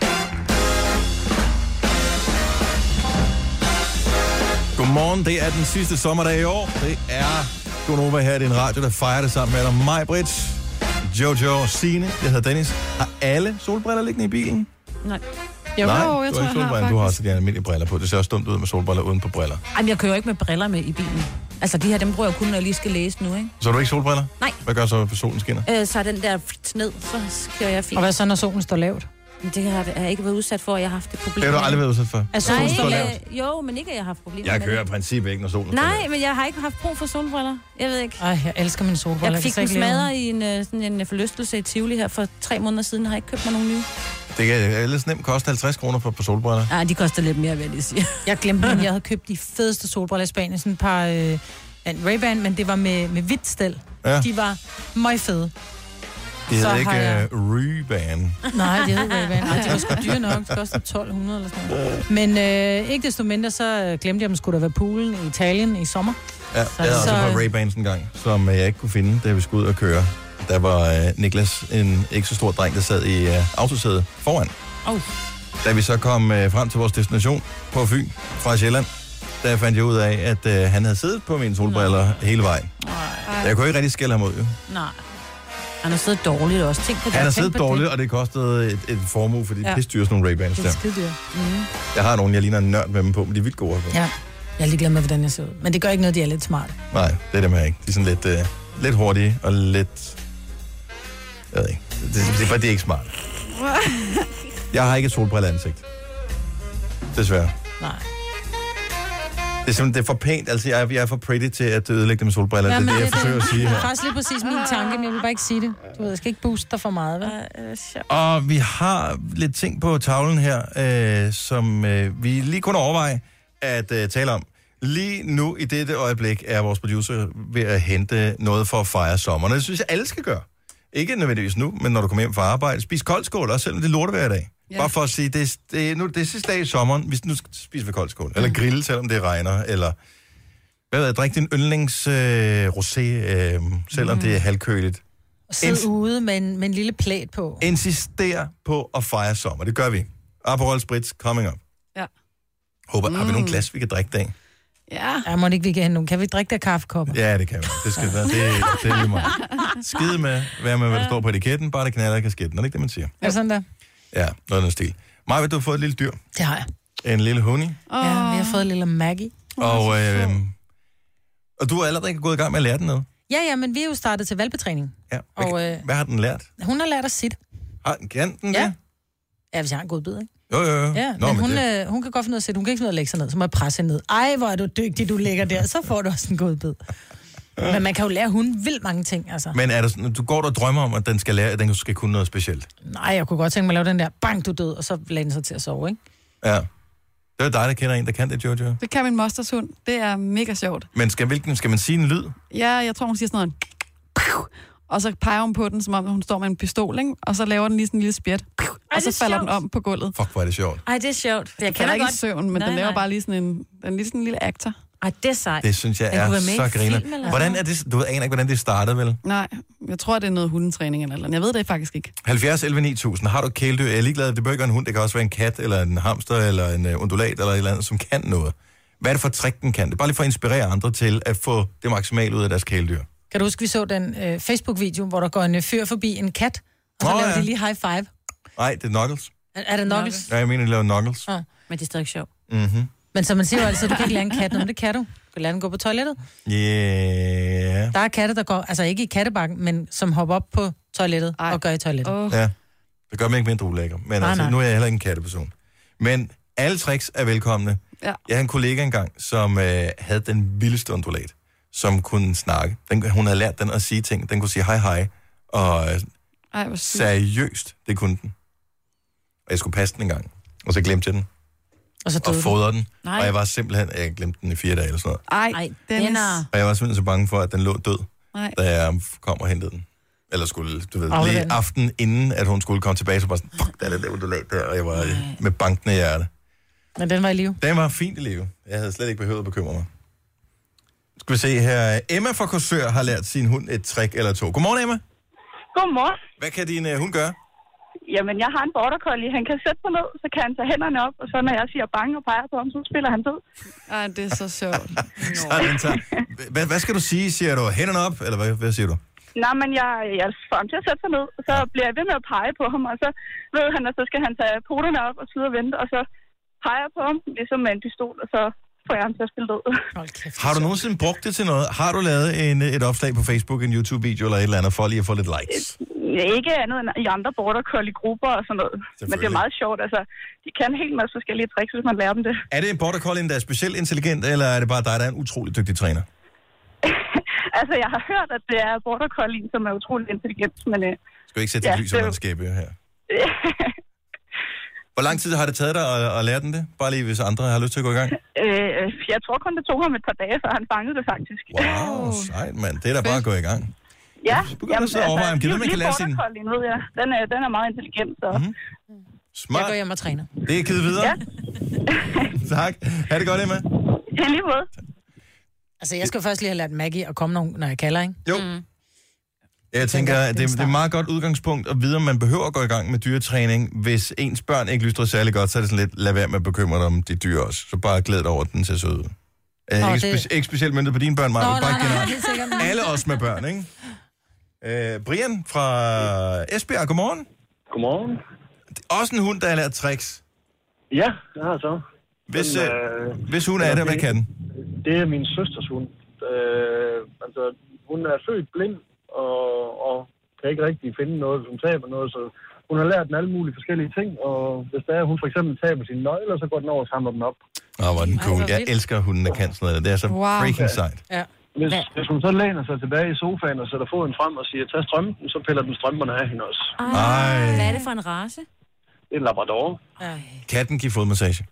Godmorgen. Det er den sidste sommerdag i år. Det er Gunova her i din radio, der fejrer det sammen med dig. Mig, Britt, Jojo, Sine, jeg hedder Dennis. Har alle solbriller liggende i bilen? Nej. Jo, Nej, jo, jeg du tror, ikke jeg solbriller. har Du har faktisk. også de almindelige briller på. Det ser også dumt ud med solbriller uden på briller. Jamen, jeg kører jo ikke med briller med i bilen. Altså, de her, dem bruger jeg kun, når jeg lige skal læse nu, ikke? Så har du ikke solbriller? Nej. Hvad gør så, hvis solen skinner? Øh, så er den der frit ned, så kører jeg fint. Og hvad så, når solen står lavt? Men Det har jeg ikke været udsat for, at jeg har haft et problem. Det har du aldrig været udsat for. Altså, Nej, solen står lavt. ikke, jo, men ikke, at jeg har haft problemer Jeg med kører i det. princippet ikke, når solen står Nej, lavt. men jeg har ikke haft brug for solbriller. Jeg ved ikke. Ej, jeg elsker min solbriller. Jeg fik kan en slet ikke leve smadret i en, øh, sådan en øh, forlystelse i Tivoli her for tre måneder siden. Jeg har ikke købt mig nogen nye. Det kan ellers nemt koste 50 kroner for et par solbriller. Nej, de koster lidt mere, vil jeg lige sige. med. Jeg glemte, at jeg havde købt de fedeste solbriller i Spanien. Sådan et par øh, en Ray-Ban, men det var med, med hvidt stel. Ja. De var meget fede. Det så hedder har ikke jeg- uh, Ray-Ban. Nej, de hed Ray-Ban. Ej, de var sgu dyre nok. Det kostede 1200 eller sådan noget. Men øh, ikke desto mindre, så øh, glemte jeg, om skulle der være poolen i Italien i sommer. Ja, jeg havde også så- et par Ray-Bans en gang, som øh, jeg ikke kunne finde, da vi skulle ud og køre. Der var øh, Niklas, en ikke så stor dreng, der sad i øh, autosædet foran. Oh. Da vi så kom øh, frem til vores destination på Fyn fra Sjælland, der fandt jeg ud af, at øh, han havde siddet på mine solbriller hele vejen. Jeg kunne ikke rigtig skælde ham ud, jo. Nej. Han har siddet dårligt også. Tænk på det. Han har Tænk siddet på det. dårligt, og det kostede et, et formue, fordi det Ja. ja. dyre sådan nogle Ray-Bans Det er der. skide dyrt. Jeg har nogle, jeg ligner en nørd med dem på, men de er vildt gode. at få. Ja. Jeg er ligeglad med, hvordan jeg ser ud. Men det gør ikke noget, de er lidt smarte. Nej, det er dem her ikke. De er sådan lidt, øh, lidt hurtige og lidt... Jeg ved ikke. Det, det, det, er bare- det er ikke smart. Jeg har ikke et solbrilleansigt. Desværre. Nej. Det er simpelthen det er for pænt. Altså, jeg, er- jeg er for pretty til at ødelægge det med solbriller. Ja, det er det, jeg forsøger at sige Det her. er øh, faktisk lige præcis min tanke, men jeg vil bare ikke sige det. Du ved, jeg skal ikke booste dig for meget, vel? øh, Og vi har lidt ting på tavlen her, øh, som øh, vi lige kunne overveje at øh, tale om. Lige nu i dette øjeblik er vores producer ved at hente noget for at fejre sommeren. Og det synes jeg, alle skal gøre. Ikke nødvendigvis nu, men når du kommer hjem fra arbejde. Spis koldskål, også selvom det er lorte hver dag. Ja. Bare for at sige, det er, det, er, nu, det er sidste dag i sommeren, hvis nu spiser vi koldskål. Eller grille, selvom det regner. Eller hvad ved jeg, drik din yndlings øh, rosé, øh, selvom mm. det er halvkøligt. Og sidde ude med en, med en lille plæt på. Insister på at fejre sommer. Det gør vi. Aperol Spritz, coming up. Ja. Håber, mm. har vi Mm. nogle glas, vi kan drikke dag? Ja. Ja, må det ikke vi kan hente nogen. Kan vi drikke der kaffekopper? Ja, det kan vi. Det skal være. Det, det er lige meget. Skide med, hvad med, hvad der står på etiketten. Bare det knaller i kasketten. Er det ikke det, man siger? Er det sådan der? Ja, noget af den stil. Maja, du har fået et lille dyr. Det har jeg. En lille honey. Ja, vi har fået en lille Maggie. Og, øh, og du er allerede gået i gang med at lære den noget. Ja, ja, men vi er jo startet til valgbetræning. Ja. Og øh, Hvad har den lært? hun har lært at sit. Har, kan den Ja. det? Ja, hvis jeg har en god bid, ikke? Jo, jo, jo. Ja, Mm, Nå, men, hun, det, øh, hun kan godt finde ud af at sætte. Hun kan ikke finde ud af at lægge sig ned, så må jeg presse hende ned. Ej, hvor er du dygtig, du ligger der. Så får du også en god bid. Men man kan jo lære hunden vildt mange ting, altså. men er der sådan, du går der og drømmer om, at den skal lære, at den skal kunne noget specielt. Nej, jeg kunne godt tænke mig at lave den der, bang, du død, og så lagde den sig til at sove, ikke? Ja. Det er dig, der kender en, der kan det, Jojo. Det kan min mosters hund. Det er mega sjovt. Men skal, hvilken, skal man sige en lyd? Ja, jeg tror, hun siger sådan noget. "Piu!" Og så peger hun på den, som om hun står med en pistol, ikke? Og så laver den lige sådan en lille spjæt. "Piu!" Og så det er falder sjovt. den om på gulvet. Fuck, hvor er det sjovt. Ej, det er sjovt. Det, jeg Den er kender ikke godt. i søvn, men nej, den laver nej. bare lige sådan en, den lige sådan en lille aktor. Ej, det er sejt. Det synes jeg Den kunne er være med i så en griner. film eller Hvordan er sådan det? Du aner ikke, hvordan det startede, vel? Nej, jeg tror, det er noget hundetræning eller noget. Jeg ved det faktisk ikke. 70 11 9000. Har du et kæledyr? Jeg er ligeglad. Det behøver ikke være en hund. Det kan også være en kat, eller en hamster, eller en øh, undulat, eller et eller andet, som kan noget. Hvad er det for et trick, den kan? Det er bare lige for at inspirere andre til at få det maksimale ud af deres kæledyr. Kan du huske, vi så den øh, Facebook-video, hvor der går en øh, fyr forbi en kat, og så Nå, oh, laver ja. de lige high five. Nej, det er Knuckles. Er, er det Knuckles? Ja, jeg mener, de laver Knuckles. Ja. Men det er stadig sjovt. Mhm. Men som man siger jo altid, du kan ikke lære en kat, noget, men det kan du. Du kan lære den gå på toilettet. Yeah. Der er katte, der går, altså ikke i kattebakken, men som hopper op på toilettet Ej. og gør i toilettet. Oh. Ja. Det gør mig ikke mindre ulækker. Men Nej, altså, nej. nu er jeg heller ikke en katteperson. Men alle tricks er velkomne. Ja. Jeg havde en kollega engang, som øh, havde den vildeste undulat, som kunne snakke. Den, hun havde lært den at sige ting. Den kunne sige hej hej. Og øh, Ej, hvor sygt. seriøst, det kunne den. Og jeg skulle passe den engang. Og så glemte jeg den. Og så Og døde fodrede den. Nej. Og jeg var simpelthen... Jeg glemte den i fire dage eller sådan noget. Ej, Ej, den Dennis. er... Og jeg var simpelthen så bange for, at den lå død, Nej. da jeg kom og hentede den. Eller skulle, du ved, Aflevere lige den. aften inden, at hun skulle komme tilbage, så bare sådan, fuck, der er det der undulat der, og jeg var øh, med bankende hjerte. Men den var i live. Den var fint i live. Jeg havde slet ikke behøvet at bekymre mig. Skal vi se her. Emma fra Korsør har lært sin hund et trick eller to. Godmorgen, Emma. Godmorgen. Hvad kan din uh, hund gøre? Jamen, jeg har en border collie. Han kan sætte sig ned, så kan han tage hænderne op, og så når jeg siger bange og peger på ham, så spiller han død. Ej, det er så sjovt. Så den tager. Hvad, hvad skal du sige? Siger du hænderne op, eller hvad, hvad siger du? Nej, men jeg, jeg får ham til at sætte sig ned, og så bliver jeg ved med at pege på ham, og så ved han, at så skal han tage poterne op og sidde og vente, og så peger jeg på ham, ligesom med en pistol, og så får jeg ham til at spille død. Hold kæft. Har du nogensinde brugt det til noget? Har du lavet en, øh, et opslag på Facebook, en YouTube-video eller et eller andet, for lige at få lidt likes? Ikke andet end i andre border collie grupper og sådan noget. Men det Selvfølgelig. er meget sjovt, altså. De kan en hel masse forskellige tricks, hvis man lærer dem det. Er det en border collie, der er specielt intelligent, eller er det bare dig, der er en utrolig dygtig træner? altså, jeg har hørt, at det er border collie, som er utrolig intelligent, men øh, Skal vi ikke sætte dit Ja, lys under det- en skæbe her? Hvor lang tid har det taget dig at, at lære den det? Bare lige, hvis andre har lyst til at gå i gang. øh, jeg tror kun, det tog ham et par dage, før han fangede det faktisk. Wow, sejt mand. Det er da bare at gå i gang. Ja, Så begynder du så at overveje, om det er noget, man kan lære sin- Mhm. sin... Ved jeg. Den, er, den er meget intelligent, så... Mm-hmm. Jeg går Smart. hjem og træner. Det er givet videre. Ja. tak. Ha' det godt, Emma. I lige måde. Altså, jeg skal først lige have lært Maggie at komme, når, hun- når jeg kalder, ikke? Jo. Mm. Jeg tænker, at det, det er et meget godt udgangspunkt at vide, om man behøver at gå i gang med dyretræning. Hvis ens børn ikke lyster særlig godt, så er det sådan lidt, lad være med at bekymre dig om de dyr også. Så bare glæd dig over, at den ser sød ud. Øh, Nå, ikke, det- spe- ikke specielt myndet på dine børn, Maja. Nå, men bare nej, nej, generelt. helt sikkert. Alle os med børn, ikke? Øh, Brian fra Esbjerg, godmorgen. Godmorgen. Også en hund, der har lært tricks. Ja, det har jeg så. Hvis, Den, øh, øh, hvis hun er den der, er hvad fin. kan den? Det er min søsters hund. Øh, altså, hun er født blind og, og kan ikke rigtig finde noget, hvis hun taber noget. Så hun har lært en alle mulige forskellige ting, og hvis der er, hun for eksempel taber sine nøgler, så går den over og samler dem op. Åh, hvor er den Ej, cool. hvor Jeg vildt. elsker hunden, der kan sådan noget. Det er så freaking sejt. Ja. Hvis, hvis hun så læner sig tilbage i sofaen og sætter foden frem og siger, tag strømpen, så piller den strømperne af hende også. Ej. Hvad er det for en race? Det er en labrador. Katten giver fodmassage.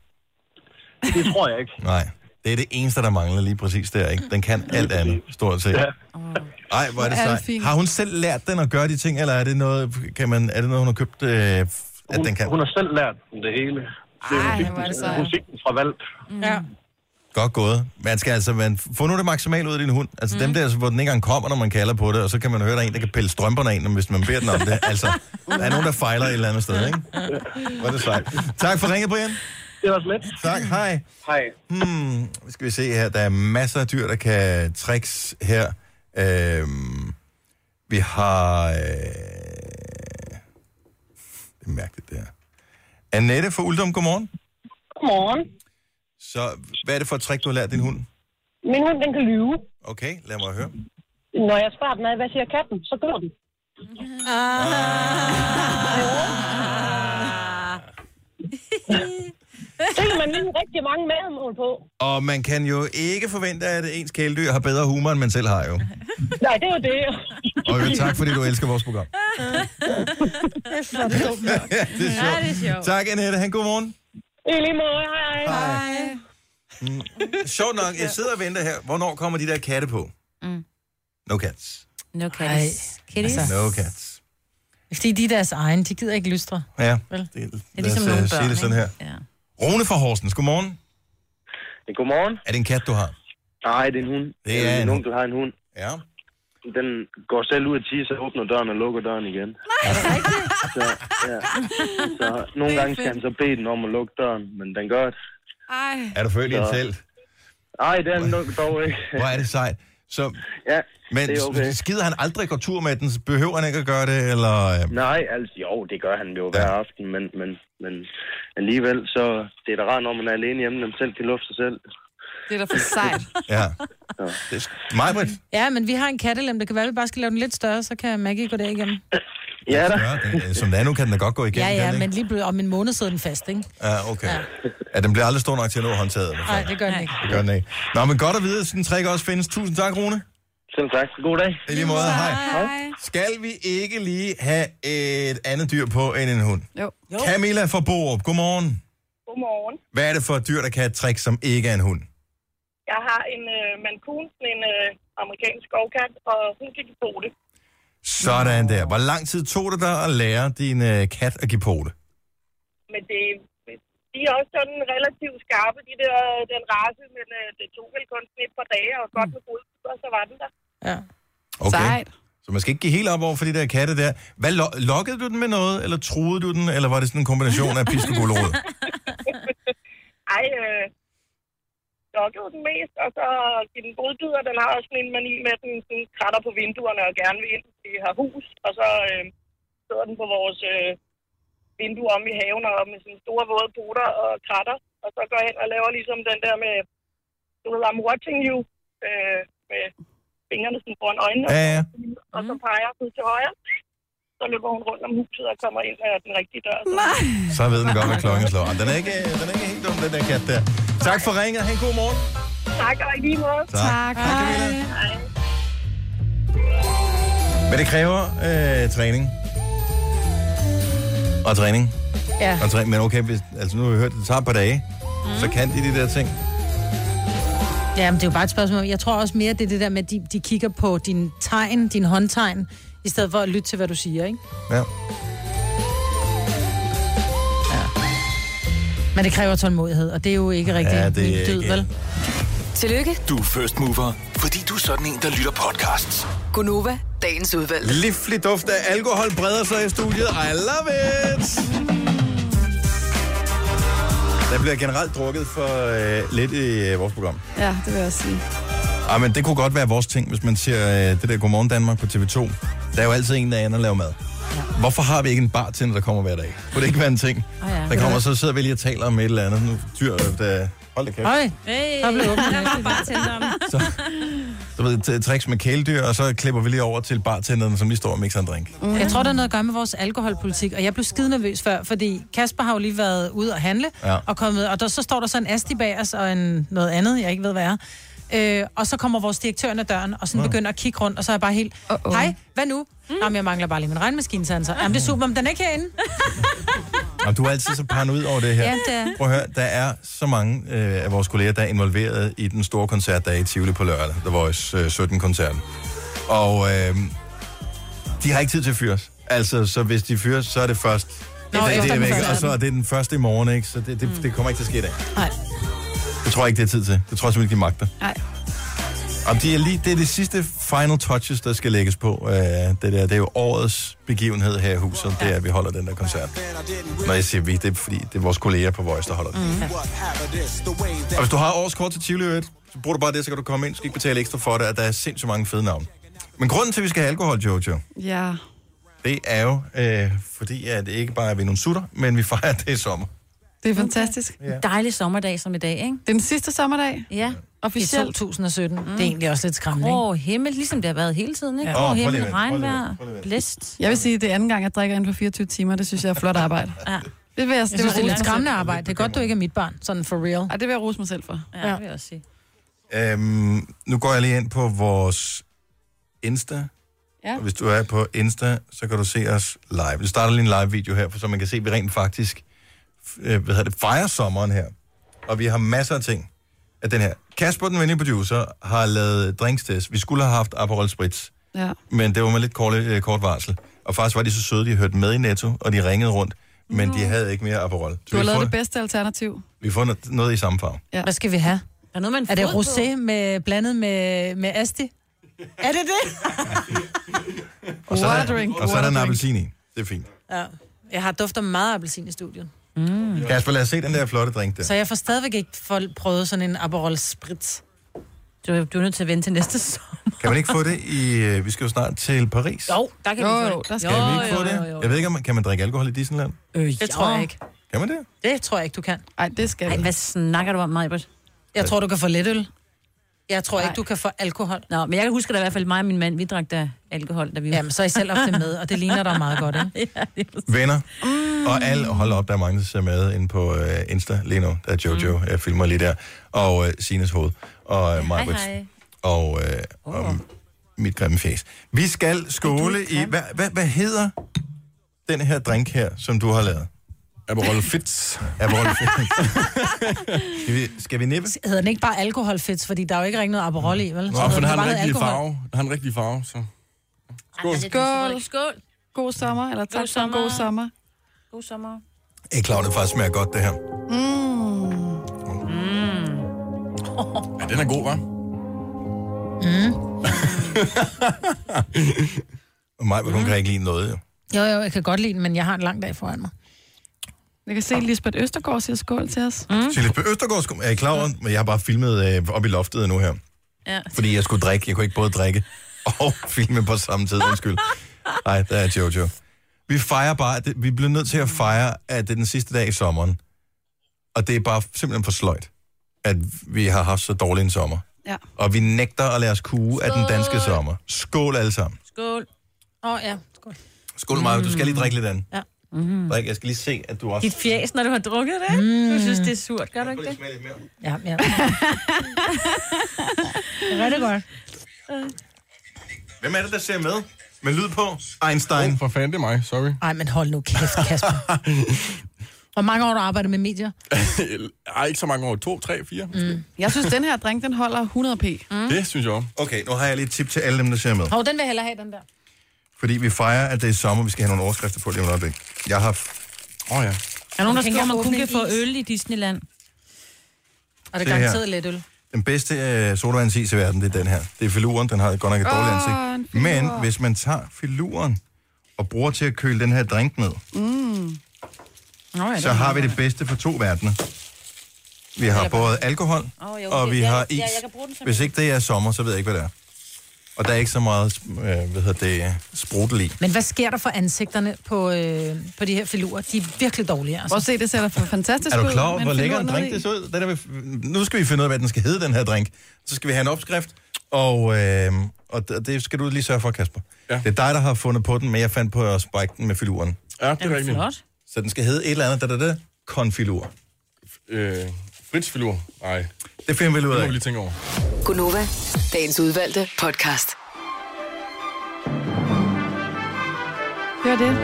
Det tror jeg ikke. Nej, det er det eneste, der mangler lige præcis der, ikke? Den kan alt andet, stort set. Ej, hvor er det Hvor er det sejt. fint. Har hun selv lært den at gøre de ting, eller er det noget, kan man, er det noget hun har købt, øh, at den kan? Hun har selv lært den det hele. Det, Ej, hun, fik den, det hun fik den fra valp. Ja. Godt gået. Man skal altså, man, få nu det maksimale ud af din hund. Altså mm. dem der, hvor den ikke engang kommer, når man kalder på det, og så kan man høre, der er en, der kan pille strømperne af, en, hvis man beder den om det. Altså, der er nogen, der fejler et eller andet sted, ikke? Hvor er det sejt. Tak for ringet, Brian. Det var slet. Tak, hej. Hej. Hmm, skal vi se her. Der er masser af dyr, der kan tricks her. Øhm, vi har... Øh, det er mærkeligt, det her. Annette fra Uldum, godmorgen. Godmorgen. Så hvad er det for et trick, du har lært din hund? Min hund, den kan lyve. Okay, lad mig høre. Når jeg spørger den, ad, hvad siger katten, så gør den. Ah. Det kan man vinde rigtig mange madmål på. Og man kan jo ikke forvente, at ens kæledyr har bedre humor, end man selv har jo. Nej, det var det. Og jo, tak, fordi du elsker vores program. det er flot dumt. ja, det er sjovt. det er sjovt. Tak, Annette. Han, god morgen. I lige måde, hej. Hej. Sjovt nok, jeg sidder og venter her. Hvornår kommer de der katte på? Mm. No cats. No cats. Kitties. Altså. No cats. Fordi de er deres egen, de gider ikke lystre. Ja, Vel? det, det er ligesom lad nogle os, øh, børn, sige det sådan her. ikke? Ja. Rune fra Horsens, godmorgen. Godmorgen. Er det en kat, du har? Nej, det er en hund. Øh, Det er en Min onkel har en hund. Ja. Den går selv ud af tisse, åbner døren og lukker døren igen. Nej, så, ja. så nogle gange skal han så bede den om at lukke døren, men den gør det. Ej. Er du født i et Så- telt? Nej, det er den nok dog ikke. Hvor er det sejt. Så, ja, men det er okay. skider han aldrig går tur med den? Behøver han ikke at gøre det? Eller, øh, Nej, altså jo, det gør han jo hver aften, men, men, men alligevel, så det er da rart, når man er alene hjemme, når man selv kan lufte sig selv. Det er da for sejt. ja. Det er mig, Ja, men vi har en kattelem, det kan være, at vi bare skal lave den lidt større, så kan Maggie gå der igennem. Ja, da. Som det er nu, kan den da godt gå Ja, igennem. kan ja, den, ikke? men lige blevet, om en måned sidder den fast, ikke? Ja, okay. Ja. ja, den bliver aldrig stor nok til at nå håndtaget. Nej, det gør den ikke. Det gør den ikke. Nå, men godt at vide, at sådan en trick også findes. Tusind tak, Rune. Selv tak. God dag. I lige måde. Hej. Skal vi ikke lige have et andet dyr på end en hund? Jo. jo. Camilla fra Borup, godmorgen. Godmorgen. Hvad er det for et dyr, der kan have et trick, som ikke er en hund? Jeg har en øh, mankun, sådan en øh, amerikansk skovkat, og hun kan give på det. Sådan der. Hvor lang tid tog det dig at lære din øh, kat at give på det? Men det, de er også sådan relativt skarpe, de der, den race, men øh, det tog vel kun sådan et par dage, og godt med brudtud, og så var den der. Okay. Sejt. Så man skal ikke give helt op over for de der katte der. Hvad, lo- lokkede du den med noget, eller truede du den, eller var det sådan en kombination af pisk og gulerod? Ej, øh, lukkede den mest, og så give den brudtud, og den har også sådan en mani med, at den sådan kratter på vinduerne og gerne vil ind. Vi har hus, og så øh, sidder den på vores øh, vindue om i haven og med sine store våde poter og kratter. Og så går jeg hen og laver ligesom den der med, du ved, I'm watching you, øh, med fingrene sådan foran øjnene. Ja, ja. Og så peger jeg ud til højre. Så løber hun rundt om huset og kommer ind af den rigtige dør. Så. Så ved den godt, hvad klokken slår. Den er ikke, den er ikke helt dum, den der kat der. Tak for ringet. Ha' en god morgen. Tak, og i lige måde. Tak. Hej. Men det kræver øh, træning. Og træning. Ja. Og træning. Men okay, hvis, altså nu har vi hørt, at det tager et par dage. Mm. Så kan de de der ting. Ja, men det er jo bare et spørgsmål. Jeg tror også mere, det er det der med, at de, de kigger på din tegn, din håndtegn, i stedet for at lytte til, hvad du siger, ikke? Ja. Men det kræver tålmodighed, og det er jo ikke rigtig ja, det er min død, ikke- vel? Tillykke. Du er first mover, fordi du er sådan en, der lytter podcasts. Gunova, dagens udvalgte. Livlig duft af alkohol breder sig i studiet. I love it! Der bliver generelt drukket for øh, lidt i øh, vores program. Ja, det vil jeg også sige. Ej, Ah, men det kunne godt være vores ting, hvis man ser øh, det der Godmorgen Danmark på TV2. Der er jo altid en, der er inde og laver mad. Hvorfor har vi ikke en bar til, når der kommer hver dag? Kunne det ikke være en ting? Åh, ja. Der kommer, så sidder vi lige og taler om et eller andet. Nu dyr, der... Hold da kæft. Hej. Hey. Der blev åbnet. Der var bare tændt om. Så, så du ved, t- tricks med kæledyr, og så klipper vi lige over til bartenderen, som lige står og mixer en drink. Mm. Jeg tror, der er noget at gøre med vores alkoholpolitik, og jeg blev skide nervøs før, fordi Kasper har jo lige været ude og handle, Ja. ja. og, kommet, og der, så står der så en asti bag os, og en, noget andet, jeg ikke ved, hvad er. Øh, og så kommer vores direktør ind ad døren, og sådan Nå. begynder at kigge rundt, og så er jeg bare helt, hej, hvad nu? Mm. Jamen, jeg mangler bare lige min regnmaskine, sagde han så. Jamen, det er super, men den er ikke herinde. Og du er altid så paranoid over det her. Ja, det er. Prøv at høre, der er så mange øh, af vores kolleger, der er involveret i den store koncert, der er i Tivoli på lørdag. The Voice øh, 17-koncerten. Og øh, de har ikke tid til at fyres. Altså, så hvis de fyres, så er det først. Nå, det, efter det er den væk, første. og så er det den første i morgen, ikke? Så det, det, mm. det kommer ikke til at ske i dag. Nej. Det tror jeg ikke, det er tid til. Det tror jeg simpelthen ikke, de magter. Nej. Om de er lige, det er det sidste final touches, der skal lægges på. Øh, det, der, det er jo årets begivenhed her i huset, det er, at vi holder den der koncert. Når jeg siger vi, det er fordi, det er vores kolleger på Voice, der holder den. Mm. Og hvis du har årskort til Tivoli, øvrigt, så bruger du bare det, så kan du komme ind. Du skal ikke betale ekstra for det, at der er sindssygt mange fede navne. Men grunden til, at vi skal have alkohol, Jojo, Ja. det er jo, øh, fordi at det ikke bare er vi nogle sutter, men vi fejrer at det i sommer. Det er fantastisk. Ja. Dejlig sommerdag som i dag, ikke? Den sidste sommerdag? Ja. Officielt. I 2017. Mm. Det er egentlig også lidt skræmmende, ikke? Åh, himmel, ligesom det har været hele tiden, ikke? Ja. Ja. Åh, Åh, prøv oh, lige at himmel, vente, prøv lige at regnvejr, vente, prøv lige at vente. blæst. Jeg vil sige, det er anden gang, jeg drikker inden for 24 timer. Det synes jeg er flot arbejde. Ja. Det vil jeg, Jeg synes, det er lidt skræmmende arbejde. Det er godt, du ikke er mit barn, sådan for real. Ja, det vil jeg rose mig selv for. Ja, det vil jeg også sige. Øhm, nu går jeg lige ind på vores Insta. Ja. Og hvis du er på Insta, så kan du se os live. Vi starter lige en live-video her, for så man kan se, at vi rent faktisk øh, hvad hedder det, fejrer sommeren her. Og vi har masser af ting af den her. Kasper, den venlige producer, har lavet drinks til os. Vi skulle have haft Aperol Spritz, Ja. men det var med lidt kort, øh, kort varsel. Og faktisk var de så søde, de hørte med i Netto, og de ringede rundt, men de havde ikke mere Aperol. Så Du har vi, lavet får, det bedste alternativ. vi får noget- noget i samme farve. Ja. Hvad skal vi have? Er, noget, man er det fod på? rosé med, blandet med, med asti? Er det det? Og så, er, der- Waterdrink. og så er der Waterdrink. en appelsin i. Det er fint. Ja. Jeg har dufter meget af appelsin i studiet. Mm. Kasper, lad os se den der flotte drink der. Så jeg får stadigvæk ikke folk prøvet sådan en Aperol Spritz. Du, du er nødt til at vente til næste sommer. Kan man ikke få det i... øh, Vi skal jo snart til Paris. Jo, der kan Jo, vi få jo, det. der skal Kan Jo, vi ikke få jo, det? jo, jo. Jeg ved ikke, om man, kan man drikke alkohol i Disneyland? Øh, Det tror jeg ikke. Kan man det? Det tror jeg ikke, du kan. Nej, det skal Ej, hvad snakker du om, Majbert? Jeg tror, du kan få lidt øl. Jeg tror ikke, du kan få alkohol. Nå, men jeg kan huske, at der i hvert fald mig og min mand, vi drak da alkohol, da vi var... Jamen, så er I selv ofte med, og det ligner dig meget godt, ikke? ja, det er Venner. Mm. Og alle... Hold op, der er mange, der ser med inde på øh, Insta lige nu. Der er Jojo, mm. jeg filmer lige der. Og øh, Sines hoved. Og øh, Margaret. Og, øh, og mit grimme fjes. Vi skal skåle i... Hvad, hvad, hvad hedder den her drink her, som du har lavet? Aperol Fitz. Aperol Fitz. skal, vi, skal vi nippe? Hedder den ikke bare alkoholfits, fordi der er jo ikke rigtig noget Aperol i, vel? Nå, for den hedder har bare en noget rigtig alkohol. farve. Den har en rigtig farve, så... Skål. Skål. Skål. God sommer, eller tak for en god sommer. God sommer. Jeg er klar, over, det faktisk smager godt, det her. Mm. Mm. Ja, den er god, hva'? Mm. Og mig, hun kan ikke lide noget, jo. Mm. Jo, jo, jeg kan godt lide den, men jeg har en lang dag foran mig. Jeg kan se, at Lisbeth Østergaard siger skål til os. Mm. Så Lisbeth Østergaard skulle... Er I klar over, men jeg har bare filmet øh, op i loftet nu her. Ja. Fordi jeg skulle drikke. Jeg kunne ikke både drikke og filme på samme tid. Undskyld. Nej, der er Jojo. Vi fejrer bare... at det- Vi bliver nødt til at fejre, at det er den sidste dag i sommeren. Og det er bare simpelthen for sløjt, at vi har haft så dårlig en sommer. Ja. Og vi nægter at lade os kue af den danske sommer. Skål alle sammen. Skål. Åh, oh, ja. Skål. Skål, Maja. Du skal lige drikke lidt andet. Ja. Mm-hmm. Mm. Drik, jeg skal lige se, at du også... Dit fjæs, når du har drukket det. Mm. Du synes, det er surt, gør du ikke det? Ja, ja. Rigtig godt. Øh. Hvem er det, der ser med? Med lyd på? Einstein. Oh, for fanden, det er mig. Sorry. Ej, men hold nu kæft, Kasper. Hvor mange år har du arbejdet med medier? Ej, ikke så mange år. To, tre, fire. Mm. Jeg synes, den her drink, den holder 100 p. Mm. Det synes jeg også. Okay, nu har jeg lige et tip til alle dem, der ser med. Hov, den vil jeg hellere have, den der. Fordi vi fejrer, at det er sommer. Vi skal have nogle overskrifter på lige om et øjeblik. Jeg har... Åh oh, ja. Er der nogen, der Jeg tænker, skriver, at man åbne kun kan en få is. øl i Disneyland? Og det Se er her. garanteret lidt øl. Den bedste øh, sodavandsis i verden, det er den her. Det er filuren, den har godt nok et Åh, dårligt en ansigt. filur. Men hvis man tager filuren og bruger til at køle den her drink ned, Mm. Nå, ja, så har vi det bedste for to verdener. Vi har både alkohol, Åh, jo, og det- vi ja, har ja, is. jeg kan bruge den som Hvis en- ikke det er sommer, så ved jeg ikke, hvad det er. Og der er ikke så meget øh, hvad hedder det, sprudel i. Men hvad sker der for ansigterne på, øh, på de her filurer? De er virkelig dårlige, altså. Prøv at se, det ser da for fantastisk Er ud. du klar over, men hvor find lækker en noget drink i. det ser ud? Den er, vi- nu skal vi finde ud af, hvad den skal hedde, den her drink. Så skal vi have en opskrift, Og, øh, og d- det skal du lige sørge for, Kasper. Ja. Det er dig, der har fundet på den, men jeg fandt på at spike den med filuren. Ja, det er rigtigt. Flot. Så den skal hedde et eller andet, da, da, da, konfilur. Øh, Fritz filur? Nej. Det finder vi lige ud af. Det må vi lige tænke over. Gunova, dagens udvalgte podcast. Det var det.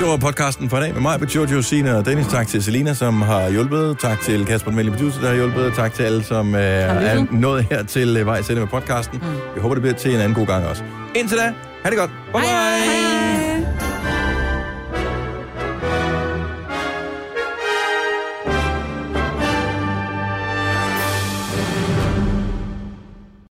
Det var podcasten for i dag med mig, Jojo, Signe og Dennis. Tak til Selina, som har hjulpet. Tak til Kasper Melli Producer, der har hjulpet. Tak til alle, som øh, er nået her til øh, vej med podcasten. Mm. Jeg håber, det bliver til en anden god gang også. Indtil da, ha' det godt. Bye bye. Hej, hej.